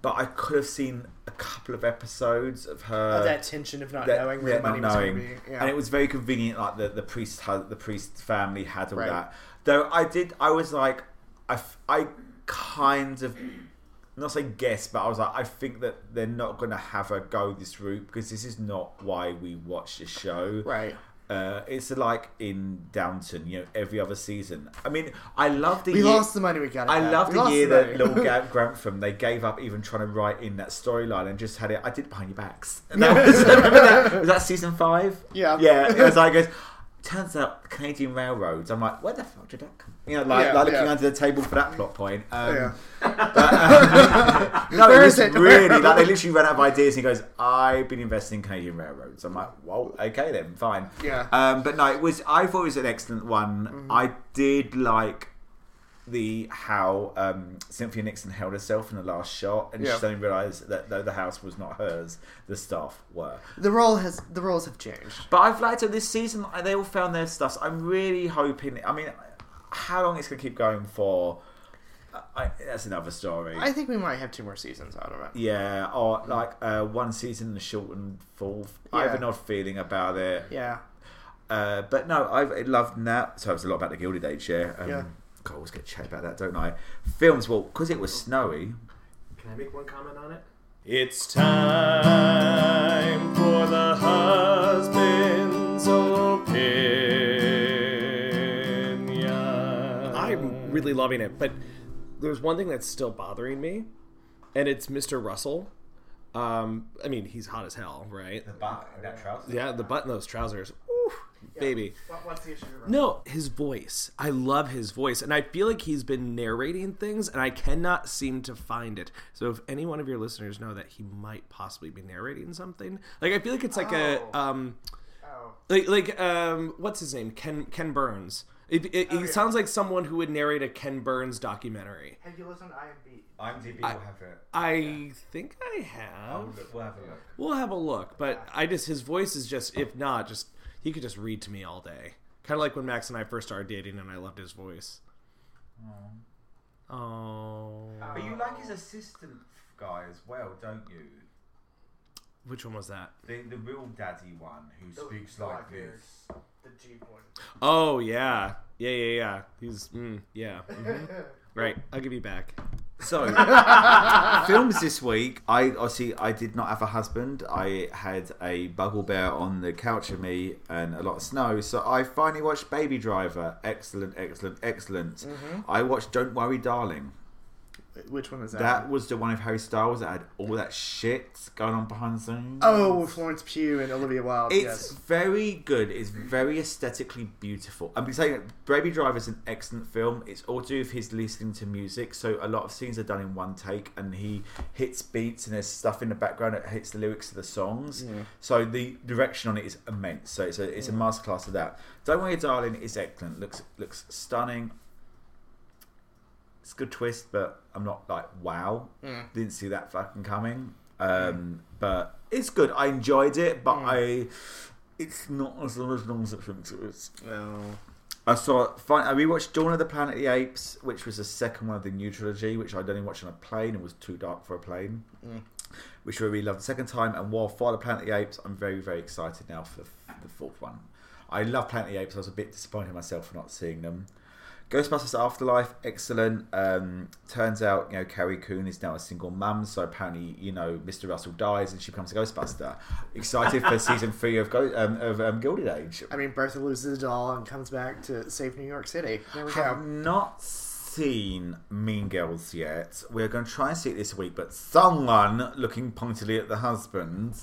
[SPEAKER 1] But I could have seen a couple of episodes of her.
[SPEAKER 2] that tension of not
[SPEAKER 1] that-
[SPEAKER 2] knowing where
[SPEAKER 1] yeah,
[SPEAKER 2] the money
[SPEAKER 1] not
[SPEAKER 2] was going to
[SPEAKER 1] knowing.
[SPEAKER 2] be. Yeah.
[SPEAKER 1] And it was very convenient, like the, the priest had the priest family had all
[SPEAKER 2] Right.
[SPEAKER 1] that. Though I did, I was like, I, f- I kind of not say guess, but I was like, I think that they're not going to have her go this route because this is not why we watch this show.
[SPEAKER 2] right.
[SPEAKER 1] Uh, it's like in Downton, you know, every other season. I mean, I love the
[SPEAKER 2] We
[SPEAKER 1] year.
[SPEAKER 2] lost the money we got.
[SPEAKER 1] I
[SPEAKER 2] back.
[SPEAKER 1] love
[SPEAKER 2] We
[SPEAKER 1] the
[SPEAKER 2] lost
[SPEAKER 1] year that
[SPEAKER 2] money.
[SPEAKER 1] little Ga- Grantham they gave up even trying to write in that storyline and just had it. I did it behind your backs. And that was, remember that? Was that season five?
[SPEAKER 2] Yeah.
[SPEAKER 1] yeah. It was like, it goes, turns out Canadian railroads. I'm like, where the fuck did that come? You know, like,
[SPEAKER 2] Yeah,
[SPEAKER 1] like looking
[SPEAKER 2] yeah.
[SPEAKER 1] under the table for that plot point. Um,
[SPEAKER 2] Yeah.
[SPEAKER 1] no,
[SPEAKER 2] Where
[SPEAKER 1] it
[SPEAKER 2] is
[SPEAKER 1] was
[SPEAKER 2] it?
[SPEAKER 1] really like they literally ran out of ideas. And he goes, "I've been investing in Canadian railroads." I'm like, "Well, okay then, fine."
[SPEAKER 2] Yeah.
[SPEAKER 1] Um, but no, it was. I thought it was an excellent one.
[SPEAKER 2] Mm-hmm.
[SPEAKER 1] I did like the how um, Cynthia Nixon held herself in the last shot, and
[SPEAKER 2] Yeah.
[SPEAKER 1] she suddenly realised that though the house was not hers, the staff were.
[SPEAKER 2] The role has the roles have changed.
[SPEAKER 1] But I've liked it this season. They all found their stuff. I'm really hoping. I mean, how long it's going to keep going for? I, that's another story.
[SPEAKER 2] I think we might have two more seasons out of it.
[SPEAKER 1] Yeah, or like uh, one season in the short and fourth. I have
[SPEAKER 2] Yeah.
[SPEAKER 1] an odd feeling about it.
[SPEAKER 2] Yeah.
[SPEAKER 1] Uh, but no, I've loved that. So it was a lot about the Gilded Age, yeah. Um,
[SPEAKER 2] Yeah.
[SPEAKER 1] God, I always get chat about that, don't I? Films, well, because it was snowy.
[SPEAKER 5] Can I make one comment on it?
[SPEAKER 3] It's time for the husband's opinion. I'm really loving it, but there's one thing that's still bothering me, and it's Mr. Russell. Um, I mean, he's hot as hell, right?
[SPEAKER 1] But that trousers.
[SPEAKER 3] Yeah, the button those trousers, Ooh, baby.
[SPEAKER 2] What's the issue?
[SPEAKER 3] No, his voice. I love his voice, and I feel like he's been narrating things, and I cannot seem to find it. So, if any one of your listeners know that he might possibly be narrating something, like I feel like it's like a
[SPEAKER 2] Oh.
[SPEAKER 3] um,
[SPEAKER 2] Oh.
[SPEAKER 3] like like um, what's his name? Ken Ken Burns. It, it, it sounds like someone who would narrate a Ken Burns documentary.
[SPEAKER 2] Have you listened to IMB?
[SPEAKER 1] IMDb will have it.
[SPEAKER 3] I think I have.
[SPEAKER 1] We'll have a look.
[SPEAKER 3] We'll have a look, but I just his voice is just if not, just he could just read to me all day. Kind of like when Max and I first started dating, and I loved his voice. Oh,
[SPEAKER 1] But you like his assistant guy as well, don't you?
[SPEAKER 3] which one was that?
[SPEAKER 1] The, the real daddy one who speaks like this.
[SPEAKER 2] The Jeep one.
[SPEAKER 3] Oh yeah, yeah, yeah, yeah. He's mm, yeah, mhm. right. I'll give you back.
[SPEAKER 1] So, films this week. I obviously I did not have a husband. I had a buggle bear on the couch with me and a lot of snow. So I finally watched Baby Driver. Excellent, excellent, excellent. I watched Don't Worry, Darling.
[SPEAKER 2] Which one is that?
[SPEAKER 1] That was the one of Harry Styles that had all that shit going on behind the scenes.
[SPEAKER 2] Oh, Florence Pugh and Olivia Wilde.
[SPEAKER 1] It's
[SPEAKER 2] yes.
[SPEAKER 1] very good. It's very aesthetically beautiful. I'm saying Baby Driver is an excellent film. It's all to do with his listening to music. So a lot of scenes are done in one take, and he hits beats and there's stuff in the background that hits the lyrics of the songs. So the direction on it is immense. So it's a it's a masterclass of that. Don't worry, darling. It's excellent. looks looks stunning. It's a good twist, but I'm not like wow.
[SPEAKER 2] Mm.
[SPEAKER 1] Didn't see that fucking coming. Um, But it's good. I enjoyed it, but I it's not as long as long as it thinks it is.
[SPEAKER 2] No.
[SPEAKER 1] I saw. Fine, I rewatched Dawn of the Planet of the Apes, which was the second one of the new trilogy, which I'd only watched on a plane and was too dark for a plane.
[SPEAKER 2] mm.
[SPEAKER 1] Which I really loved the second time, and while Father Planet of the Apes, I'm very very excited now for the, the fourth one. I love Planet of the Apes. I was a bit disappointed in myself for not seeing them. Ghostbusters Afterlife, excellent. Um, turns out, you know, Carrie Coon is now a single mum, so apparently, you know, Mr. Russell dies and she becomes a Ghostbuster. Excited for season three of Go- um, of um, Gilded Age.
[SPEAKER 2] I mean, Bertha loses it all and comes back to save New York City. There we
[SPEAKER 1] have
[SPEAKER 2] go.
[SPEAKER 1] not seen Mean Girls yet. We're going to try and see it this week, but someone looking pointedly at the husband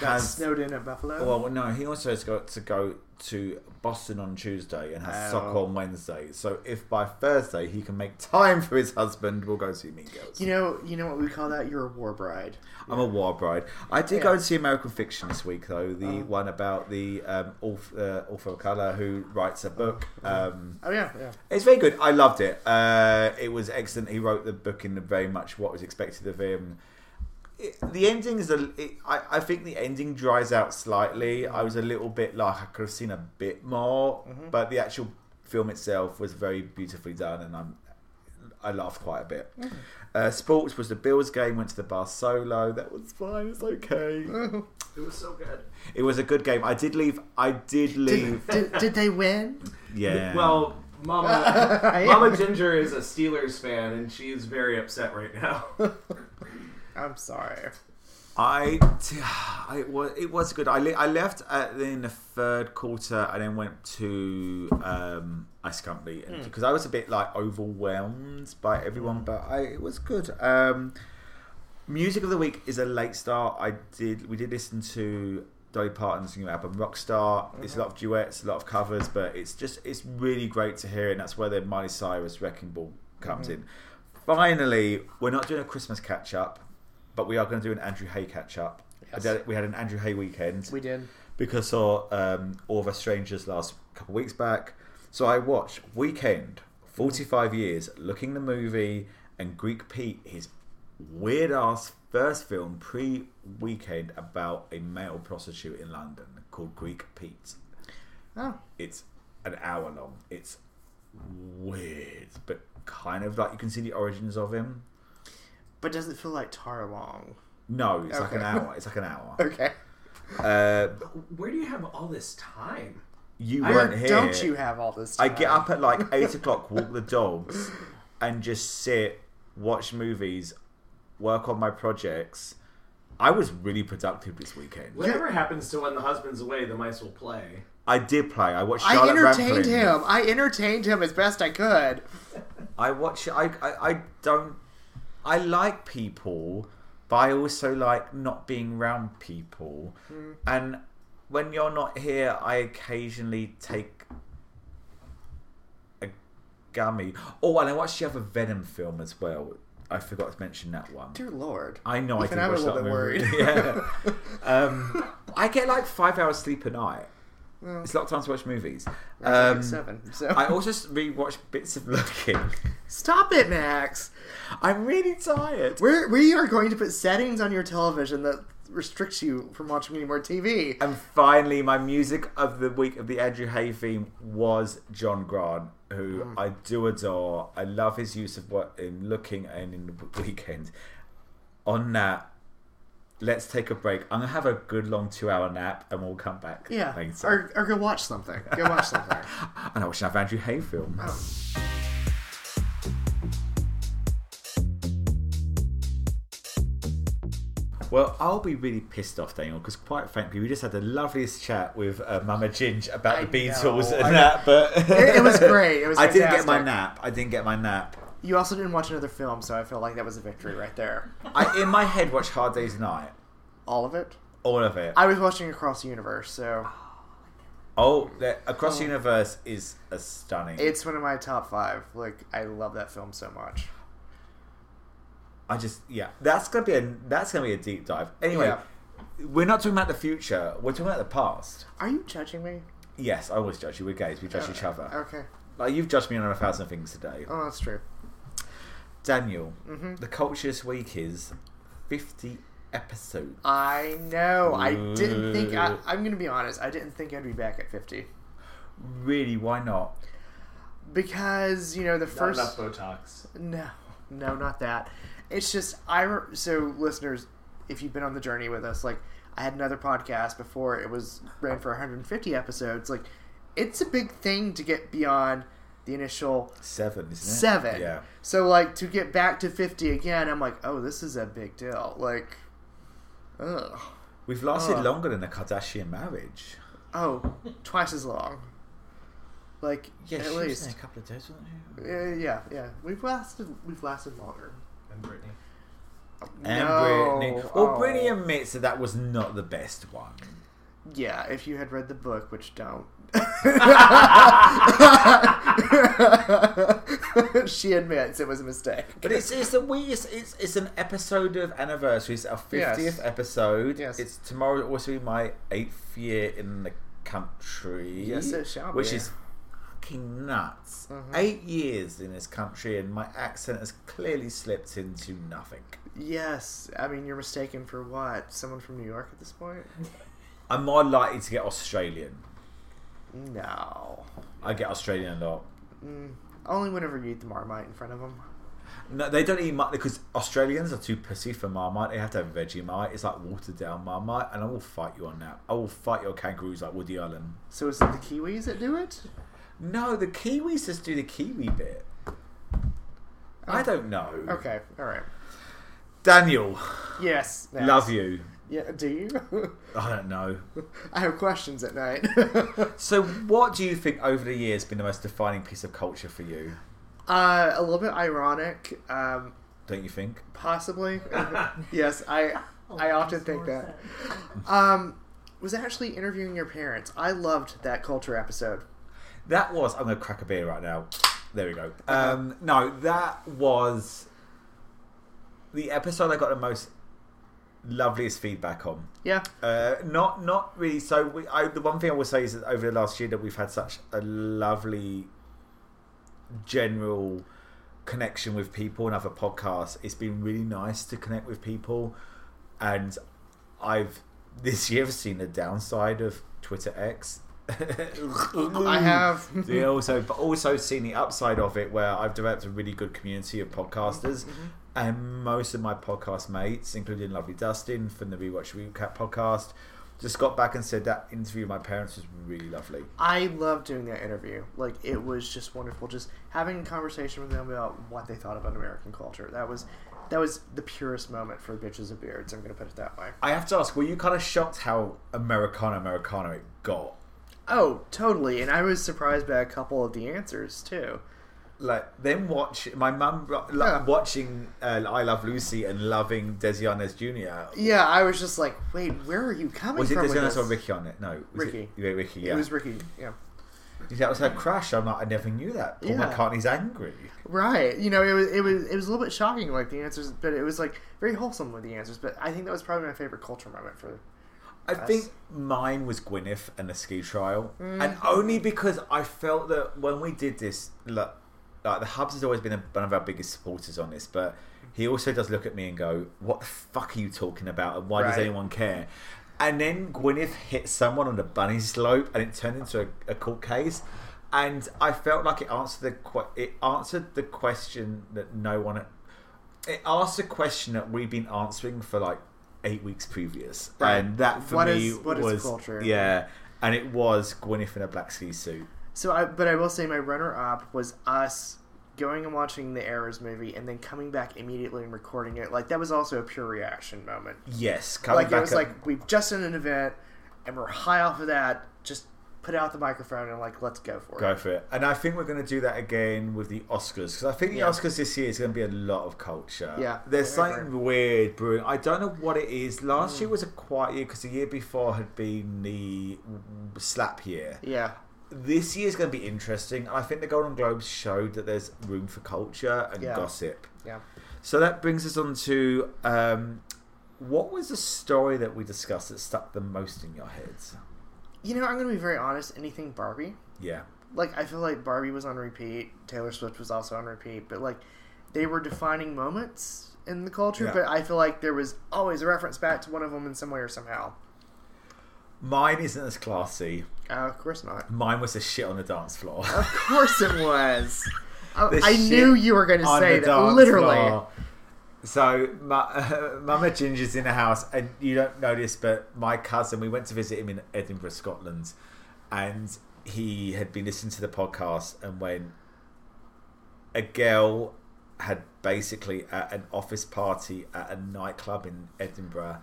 [SPEAKER 2] Got
[SPEAKER 1] has.
[SPEAKER 2] snowed in at Buffalo.
[SPEAKER 1] Well, no, he also has got to go to Boston on Tuesday and has
[SPEAKER 2] Oh.
[SPEAKER 1] sock on Wednesday. So if by Thursday he can make time for his husband, we'll go see Mean Girls.
[SPEAKER 2] you know, you know what we call that? You're a war bride.
[SPEAKER 1] I'm a war bride. I did
[SPEAKER 2] Yeah. Oh.
[SPEAKER 1] go and see American Fiction this week, though. The one about the um, author, uh, author of color who writes a book. Um,
[SPEAKER 2] Oh yeah, yeah.
[SPEAKER 1] it's very good. I loved it. Uh, it was excellent. He wrote the book in very much what was expected of him. It, the ending is a. It, I, I think the ending dries out slightly. I was a little bit like I could have seen a bit more, but the actual film itself was very beautifully done, and I'm. I laughed quite a bit. Uh, sports was the Bills game. Went to the bar solo. That was fine. It's okay.
[SPEAKER 3] It was so good.
[SPEAKER 1] it was a good game. I did leave. I did leave.
[SPEAKER 2] Did, did, did they win?
[SPEAKER 1] yeah.
[SPEAKER 3] Well, Mama, Mama Ginger is a Steelers fan, and she's very upset right now.
[SPEAKER 2] I'm sorry.
[SPEAKER 1] I, t- I was, it was good. I, le- I left at, in the third quarter and then went to um, Ice Company because I was a bit like overwhelmed by everyone, but I, it was good. Um, music of the week is a late start. I did we did listen to Dolly Parton's new album Rockstar. It's a lot of duets, a lot of covers, but it's just it's really great to hear, it, and that's where the Miley Cyrus Wrecking Ball comes in. Finally, we're not doing a Christmas catch up, but we are going to do an Andrew Hay catch up.
[SPEAKER 2] Yes.
[SPEAKER 1] We had an Andrew Hay weekend
[SPEAKER 2] We did.
[SPEAKER 1] because of um, All of Us Strangers last couple weeks back. So I watched Weekend, 45 years, looking the movie, and Greek Pete, his weird ass first film pre Weekend about a male prostitute in London called Greek Pete.
[SPEAKER 2] Oh,
[SPEAKER 1] It's an hour long. It's weird, but kind of like you can see the origins of him.
[SPEAKER 2] but does it feel like tar long?
[SPEAKER 1] No, it's like an
[SPEAKER 2] Okay.
[SPEAKER 1] hour. It's like an hour.
[SPEAKER 2] Okay.
[SPEAKER 1] Uh,
[SPEAKER 3] Where do you have all this time?
[SPEAKER 1] you
[SPEAKER 3] I
[SPEAKER 1] weren't here.
[SPEAKER 2] Don't you have all this?
[SPEAKER 1] I
[SPEAKER 2] Time?
[SPEAKER 1] get up at like eight o'clock, walk the dogs, and just sit, watch movies, work on my projects. I was really productive this weekend.
[SPEAKER 3] Whatever happens to when the husband's away, the mice will play.
[SPEAKER 1] I did play. I watched.
[SPEAKER 2] I
[SPEAKER 1] Charlotte
[SPEAKER 2] entertained
[SPEAKER 1] Rampling.
[SPEAKER 2] him. I entertained him as best I could.
[SPEAKER 1] I watch. I, I. I don't. I like people, but I also like not being around people.
[SPEAKER 2] Hmm.
[SPEAKER 1] And when you're not here, I occasionally take a gummy. Oh, and I watched the other Venom film as well. I forgot to mention that one.
[SPEAKER 2] Dear Lord.
[SPEAKER 1] I know. I
[SPEAKER 2] Even
[SPEAKER 1] did
[SPEAKER 2] I'm a
[SPEAKER 1] watch that
[SPEAKER 2] little bit
[SPEAKER 1] movie.
[SPEAKER 2] worried.
[SPEAKER 1] Yeah. um, I get like five hours sleep a night. It's a lot of time to watch movies.
[SPEAKER 2] Like
[SPEAKER 1] Um,
[SPEAKER 2] seven. So
[SPEAKER 1] I also s- rewatched bits of Looking.
[SPEAKER 2] stop it, Max.
[SPEAKER 1] I'm really tired.
[SPEAKER 2] We're, we are going to put settings on your television that restricts you from watching any more TV.
[SPEAKER 1] And finally, my music of the week of the Andrew Hay theme was John Grant, who
[SPEAKER 2] Mm.
[SPEAKER 1] I do adore. I love his use of what in looking and in the weekend. On that, let's take a break. I'm gonna have a good long two-hour nap, and we'll come back.
[SPEAKER 2] Yeah.
[SPEAKER 1] later.
[SPEAKER 2] Or, or go watch something. Go watch something.
[SPEAKER 1] and I watched another Andrew Hay film. Well, I'll be really pissed off, Daniel, because quite frankly, we just had the loveliest chat with uh, Mama Ginge about
[SPEAKER 2] I
[SPEAKER 1] the Beatles
[SPEAKER 2] know.
[SPEAKER 1] and
[SPEAKER 2] I-
[SPEAKER 1] that. But
[SPEAKER 2] It- it was great. It was
[SPEAKER 1] I didn't get my
[SPEAKER 2] fantastic.
[SPEAKER 1] nap. I didn't get my nap.
[SPEAKER 2] You also didn't watch another film, so I feel like that was a victory right there.
[SPEAKER 1] I in my head watched Hard Day's Night,
[SPEAKER 2] All of it.
[SPEAKER 1] all of it.
[SPEAKER 2] I was watching Across the Universe, so
[SPEAKER 1] oh, the, Across the Universe is a stunning.
[SPEAKER 2] it's one of my top five. Like, I love that film so much.
[SPEAKER 1] I just yeah, that's gonna be a that's gonna be a deep dive. Anyway,
[SPEAKER 2] Yeah.
[SPEAKER 1] we're not talking about the future. We're talking about the past.
[SPEAKER 2] Are you judging me? Oh,
[SPEAKER 1] Yes, I always judge you. We're gays. We judge each other.
[SPEAKER 2] Okay.
[SPEAKER 1] Like you've judged me on a thousand things today,
[SPEAKER 2] Oh, Mm-hmm. that's true.
[SPEAKER 1] Daniel. The culture this week is fifty episodes.
[SPEAKER 2] I know. I didn't think. I, I'm going to be honest. I didn't think I'd be back at 50
[SPEAKER 1] Really? Why not?
[SPEAKER 2] because you know the
[SPEAKER 3] Not
[SPEAKER 2] first.
[SPEAKER 3] enough Botox.
[SPEAKER 2] No, no, not that. It's just I. Re- so, listeners, if you've been on the journey with us, like I had another podcast before it was ran for 150 episodes. Like, it's a big thing to get beyond the initial
[SPEAKER 1] Seven, isn't it?
[SPEAKER 2] seven.
[SPEAKER 1] Yeah.
[SPEAKER 2] So, like, to get back to 50 again, I'm like, oh, this is a big deal. Like, ugh.
[SPEAKER 1] We've lasted
[SPEAKER 2] Oh.
[SPEAKER 1] longer than a Kardashian marriage.
[SPEAKER 2] oh, twice as long. Like
[SPEAKER 1] Yeah,
[SPEAKER 2] at
[SPEAKER 1] she was
[SPEAKER 2] least.
[SPEAKER 1] in a couple of days, wasn't she?
[SPEAKER 2] Yeah, yeah, yeah. We've lasted. We've lasted longer.
[SPEAKER 3] And Brittany.
[SPEAKER 1] And
[SPEAKER 2] No.
[SPEAKER 1] Brittany. Well,
[SPEAKER 2] Oh.
[SPEAKER 1] Brittany admits that that was not the best one.
[SPEAKER 2] Yeah, if you had read the book, which don't. she admits it was a mistake.
[SPEAKER 1] But it's it's a we it's, it's it's an episode of anniversary. It's our
[SPEAKER 2] Yes.
[SPEAKER 1] fiftieth episode.
[SPEAKER 2] Yes.
[SPEAKER 1] It's tomorrow. will Also, be my eighth year in the country.
[SPEAKER 2] Yes, it shall
[SPEAKER 1] Which
[SPEAKER 2] be.
[SPEAKER 1] is fucking nuts.
[SPEAKER 2] Mhm.
[SPEAKER 1] Eight years in this country, and my accent has clearly slipped into nothing.
[SPEAKER 2] Yes, I mean you're mistaken for what? Someone from New York at this point?
[SPEAKER 1] I'm more likely to get Australian.
[SPEAKER 2] No.
[SPEAKER 1] I get Australian a lot.
[SPEAKER 2] Mm, only whenever you eat the marmite in front of them.
[SPEAKER 1] No, they don't eat marmite because Australians are too pussy for marmite. They have to have veggie marmite. It's like watered down marmite, and I will fight you on that. I will fight your kangaroos like Woody Allen.
[SPEAKER 2] So is it the Kiwis that do it?
[SPEAKER 1] No, the Kiwis just do the Kiwi bit. I don't know.
[SPEAKER 2] Oh, Okay, all right.
[SPEAKER 1] Daniel,
[SPEAKER 2] Yes. yes.
[SPEAKER 1] love you.
[SPEAKER 2] Yeah. Do you?
[SPEAKER 1] I don't know.
[SPEAKER 2] I have questions at night.
[SPEAKER 1] So, what do you think over the years been the most defining piece of culture for you?
[SPEAKER 2] uh, a little bit ironic. Um,
[SPEAKER 1] Don't you think?
[SPEAKER 2] possibly. yes, I I often think that.
[SPEAKER 6] Morissette.
[SPEAKER 2] Um, was actually interviewing your parents. I loved that culture episode.
[SPEAKER 1] That was. I'm going to crack a beer right now. There we go. Um, no, that was the episode I got the most loveliest feedback on.
[SPEAKER 2] Yeah.
[SPEAKER 1] Uh, not not really. So we, I, the one thing I will say is that over the last year that we've had such a lovely general connection with people and other podcasts. It's been really nice to connect with people, and I've this year seen the downside of Twitter X.
[SPEAKER 2] I have.
[SPEAKER 1] Yeah, also, but also seen the upside of it, where I've developed a really good community of podcasters,
[SPEAKER 2] Mm-hmm,
[SPEAKER 1] and most of my podcast mates, including lovely Dustin from the Rewatch Recap podcast, just got back and said that interview with my parents was really lovely.
[SPEAKER 2] I love doing that interview. Like it was just wonderful. Just having a conversation with them about what they thought about American culture. That was that was the purest moment for bitches of beards. I'm gonna put it that way.
[SPEAKER 1] I have to ask, were you kind of shocked how Americana Americana it got?
[SPEAKER 2] Oh, totally. And I was surprised by a couple of the answers too.
[SPEAKER 1] Like then watch my mum like,
[SPEAKER 2] Yeah.
[SPEAKER 1] watching uh, I Love Lucy and loving Desi Arnaz Jr.
[SPEAKER 2] Yeah, I was just like, wait, where are you coming
[SPEAKER 1] Was it
[SPEAKER 2] from?
[SPEAKER 1] Desi
[SPEAKER 2] with
[SPEAKER 1] Arnaz
[SPEAKER 2] this?
[SPEAKER 1] or Ricky on it? No, was
[SPEAKER 2] Ricky.
[SPEAKER 1] It, yeah, Ricky. Yeah,
[SPEAKER 2] It was Ricky. Yeah.
[SPEAKER 1] that was her crush. I'm like, I never knew that. Paul
[SPEAKER 2] Yeah.
[SPEAKER 1] McCartney's angry.
[SPEAKER 2] Right. You know, it was it was it was a little bit shocking, like the answers, but it was like very wholesome with the answers. But I think that was probably my favorite culture moment for.
[SPEAKER 1] I
[SPEAKER 2] Us.
[SPEAKER 1] think mine was Gwyneth and the ski trial,
[SPEAKER 2] Mm.
[SPEAKER 1] and only because I felt that when we did this, look, like the Hubs has always been a, one of our biggest supporters on this, but he also does look at me and go, "What the fuck are you talking about? And why does
[SPEAKER 2] Right.
[SPEAKER 1] anyone care?" And then Gwyneth hit someone on the bunny slope, and it turned into a, a court case. And I felt like it answered the que- it answered the question that no one it asked a question that we've been answering for like eight weeks previous,
[SPEAKER 2] Right.
[SPEAKER 1] and that for
[SPEAKER 2] What
[SPEAKER 1] me
[SPEAKER 2] is- what is
[SPEAKER 1] was
[SPEAKER 2] culture?
[SPEAKER 1] yeah, and it was Gwyneth in a black ski suit.
[SPEAKER 2] So I, but I will say my runner up was us going and watching the Arrows movie and then coming back immediately and recording it. Like that was also a pure reaction moment.
[SPEAKER 1] Yes, coming
[SPEAKER 2] like
[SPEAKER 1] back
[SPEAKER 2] it was
[SPEAKER 1] up-
[SPEAKER 2] like we've just done an event and we're high off of that. Just put out the microphone and like let's go for it.
[SPEAKER 1] go for it. And I think we're going to do that again with the Oscars because I think the
[SPEAKER 2] Yeah.
[SPEAKER 1] Oscars this year is going to be a lot of culture.
[SPEAKER 2] Yeah,
[SPEAKER 1] there's
[SPEAKER 2] I agree. Mm.
[SPEAKER 1] something weird brewing. I don't know what it is. Last year was a quiet year because the year before had been the slap year.
[SPEAKER 2] Yeah.
[SPEAKER 1] This year's going to be interesting. I think the Golden Globes showed that there's room for culture and
[SPEAKER 2] Yeah.
[SPEAKER 1] gossip.
[SPEAKER 2] Yeah.
[SPEAKER 1] So that brings us on to um, what was the story that we discussed that stuck the most in your head?
[SPEAKER 2] You know, I'm gonna be very honest. Anything Barbie.
[SPEAKER 1] Yeah.
[SPEAKER 2] like I feel like Barbie was on repeat, Taylor Swift was also on repeat, but like they were defining moments in the culture,
[SPEAKER 1] Yeah.
[SPEAKER 2] but I feel like there was always a reference back to one of them in some way or somehow.
[SPEAKER 1] Mine isn't as classy.
[SPEAKER 2] Uh, of course not.
[SPEAKER 1] Mine was the shit on the dance floor.
[SPEAKER 2] Of course it was. I,
[SPEAKER 1] The
[SPEAKER 2] Uh, I
[SPEAKER 1] shit
[SPEAKER 2] knew you were going to
[SPEAKER 1] on
[SPEAKER 2] say
[SPEAKER 1] the
[SPEAKER 2] that.
[SPEAKER 1] dance
[SPEAKER 2] Literally.
[SPEAKER 1] floor. So, my, Mama Ginger's in the house, and you don't know this, but my cousin, we went to visit him in Edinburgh, Scotland, and he had been listening to the podcast. And when a girl had basically at an office party at a nightclub in Edinburgh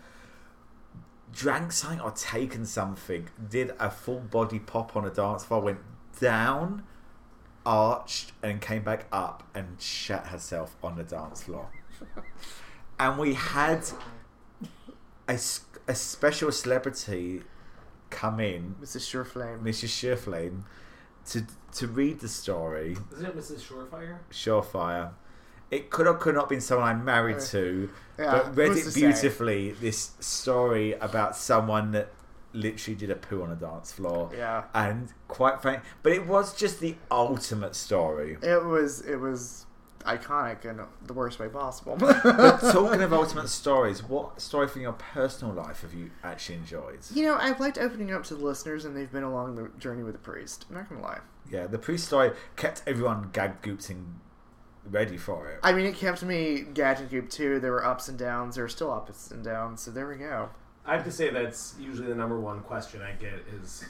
[SPEAKER 1] drank something or taken something, did a full body pop on a dance floor, went down, arched, and came back up and shat herself on the dance floor. and we had a, s- a special celebrity come in,
[SPEAKER 2] Mrs. Sureflame.
[SPEAKER 1] Mrs. Sheerflame, to to read the story.
[SPEAKER 3] Isn't it Mrs. Shorefire?
[SPEAKER 1] Surefire. It could or could not have been someone I'm married to,
[SPEAKER 2] Yeah,
[SPEAKER 1] but read
[SPEAKER 2] who's to
[SPEAKER 1] it
[SPEAKER 2] say?
[SPEAKER 1] beautifully. This story about someone that literally did a poo on a dance floor.
[SPEAKER 2] Yeah.
[SPEAKER 1] And quite frank, but it was just the ultimate story.
[SPEAKER 2] It was it was iconic in the worst way possible.
[SPEAKER 1] But talking of ultimate stories, what story from your personal life have you actually enjoyed?
[SPEAKER 2] you know, I've liked opening up to the listeners, and they've been along the journey with the priest. I'm not gonna lie.
[SPEAKER 1] Yeah, the priest story kept everyone gag gooping ready for it.
[SPEAKER 2] I mean, it kept me gadget group too. There were ups and downs. There were still ups and downs. So there we go.
[SPEAKER 3] I have to say that's usually the number one question I get is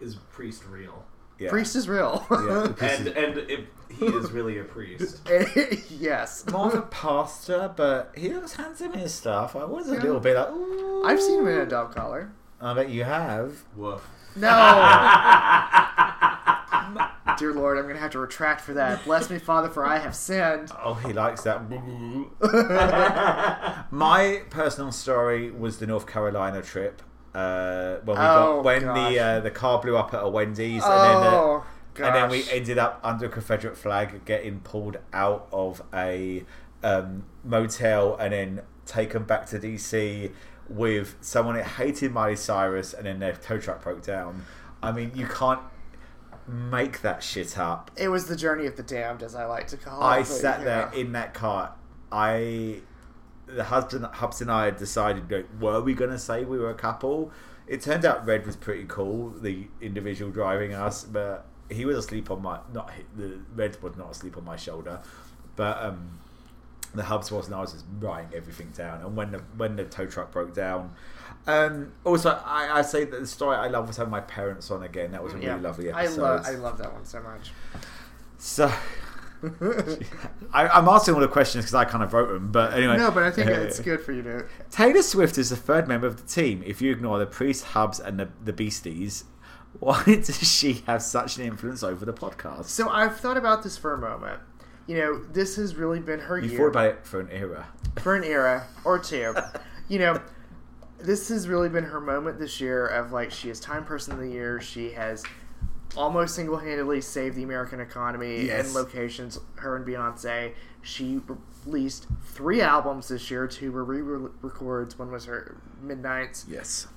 [SPEAKER 3] is priest real?
[SPEAKER 1] Yeah.
[SPEAKER 2] Priest is real.
[SPEAKER 1] Yeah, the priest
[SPEAKER 3] And
[SPEAKER 1] is
[SPEAKER 3] and if he is really a priest.
[SPEAKER 2] yes.
[SPEAKER 1] more of a pastor, but he looks handsome in his stuff. I was a little bit like, ooh.
[SPEAKER 2] I've seen him in a dog collar.
[SPEAKER 1] I bet you have.
[SPEAKER 3] Woof.
[SPEAKER 2] No. Dear Lord, I'm going to have to retract for that. Bless me, Father, for I have sinned.
[SPEAKER 1] Oh, he likes that. My personal story was the North Carolina trip. Uh, when we
[SPEAKER 2] Oh,
[SPEAKER 1] got when
[SPEAKER 2] gosh.
[SPEAKER 1] the uh, the car blew up at a Wendy's, and then the,
[SPEAKER 2] Oh, gosh.
[SPEAKER 1] and then we ended up under a Confederate flag, getting pulled out of a um, motel, and then taken back to DC with someone that hated Miley Cyrus, and then their tow truck broke down. I mean, you can't make that shit up.
[SPEAKER 2] It was the journey of the damned, as Oh, I like to call it.
[SPEAKER 1] I
[SPEAKER 2] but,
[SPEAKER 1] sat
[SPEAKER 2] yeah.
[SPEAKER 1] there in that car. I, the husband, Hubs and I had decided, like, were we going to say we were a couple? It turned out Red was pretty cool, the individual driving us, but he was asleep on my, not, he- the Red was not asleep on my shoulder, but, um, the hubs was and I was just writing everything down. And when the when the tow truck broke down, um, also I, I say that the story I love was having my parents on again. That was a really
[SPEAKER 2] Mm, Yeah.
[SPEAKER 1] lovely
[SPEAKER 2] I
[SPEAKER 1] episode.
[SPEAKER 2] love, I love that one so much.
[SPEAKER 1] So, I, I'm asking all the questions because I kind of wrote them. But anyway, Uh,
[SPEAKER 2] No, but I think it's good for you to.
[SPEAKER 1] Taylor Swift is the third member of the team. If you ignore the Priest, Hubs, and the, the Beasties, why does she have such an influence over the podcast?
[SPEAKER 2] So I've thought about this for a moment. You know, this has really been her
[SPEAKER 1] You
[SPEAKER 2] year.
[SPEAKER 1] thought about it for an era.
[SPEAKER 2] for an era or two. you know, this has really been her moment this year of like she is Time Person of the Year. She has almost single handedly saved the American economy
[SPEAKER 1] Yes.
[SPEAKER 2] and locations. Her and Beyonce. She released three albums this year. Two were re records. One was her Midnight's
[SPEAKER 1] Yes.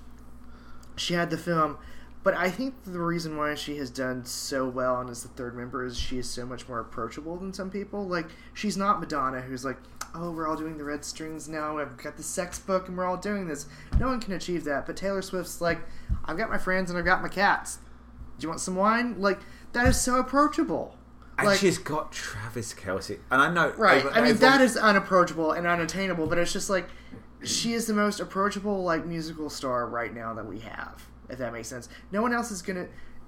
[SPEAKER 2] she had the film. But I think the reason why she has done so well and is the third member is she is so much more approachable than some people. Like, she's not Madonna, who's like, oh, we're all doing the red strings now, I've got the sex book, and we're all doing this. No one can achieve that. But Taylor Swift's like, I've got my friends and I've got my cats. Do you want some wine? Like, that is so approachable.
[SPEAKER 1] And
[SPEAKER 2] Like-
[SPEAKER 1] she's got Travis Kelsey. And I know.
[SPEAKER 2] Right.
[SPEAKER 1] everyone-
[SPEAKER 2] I mean,
[SPEAKER 1] everyone-
[SPEAKER 2] that is unapproachable and unattainable, but it's just like she is the most approachable like musical star right now that we have. If that makes sense. No one else is gonna.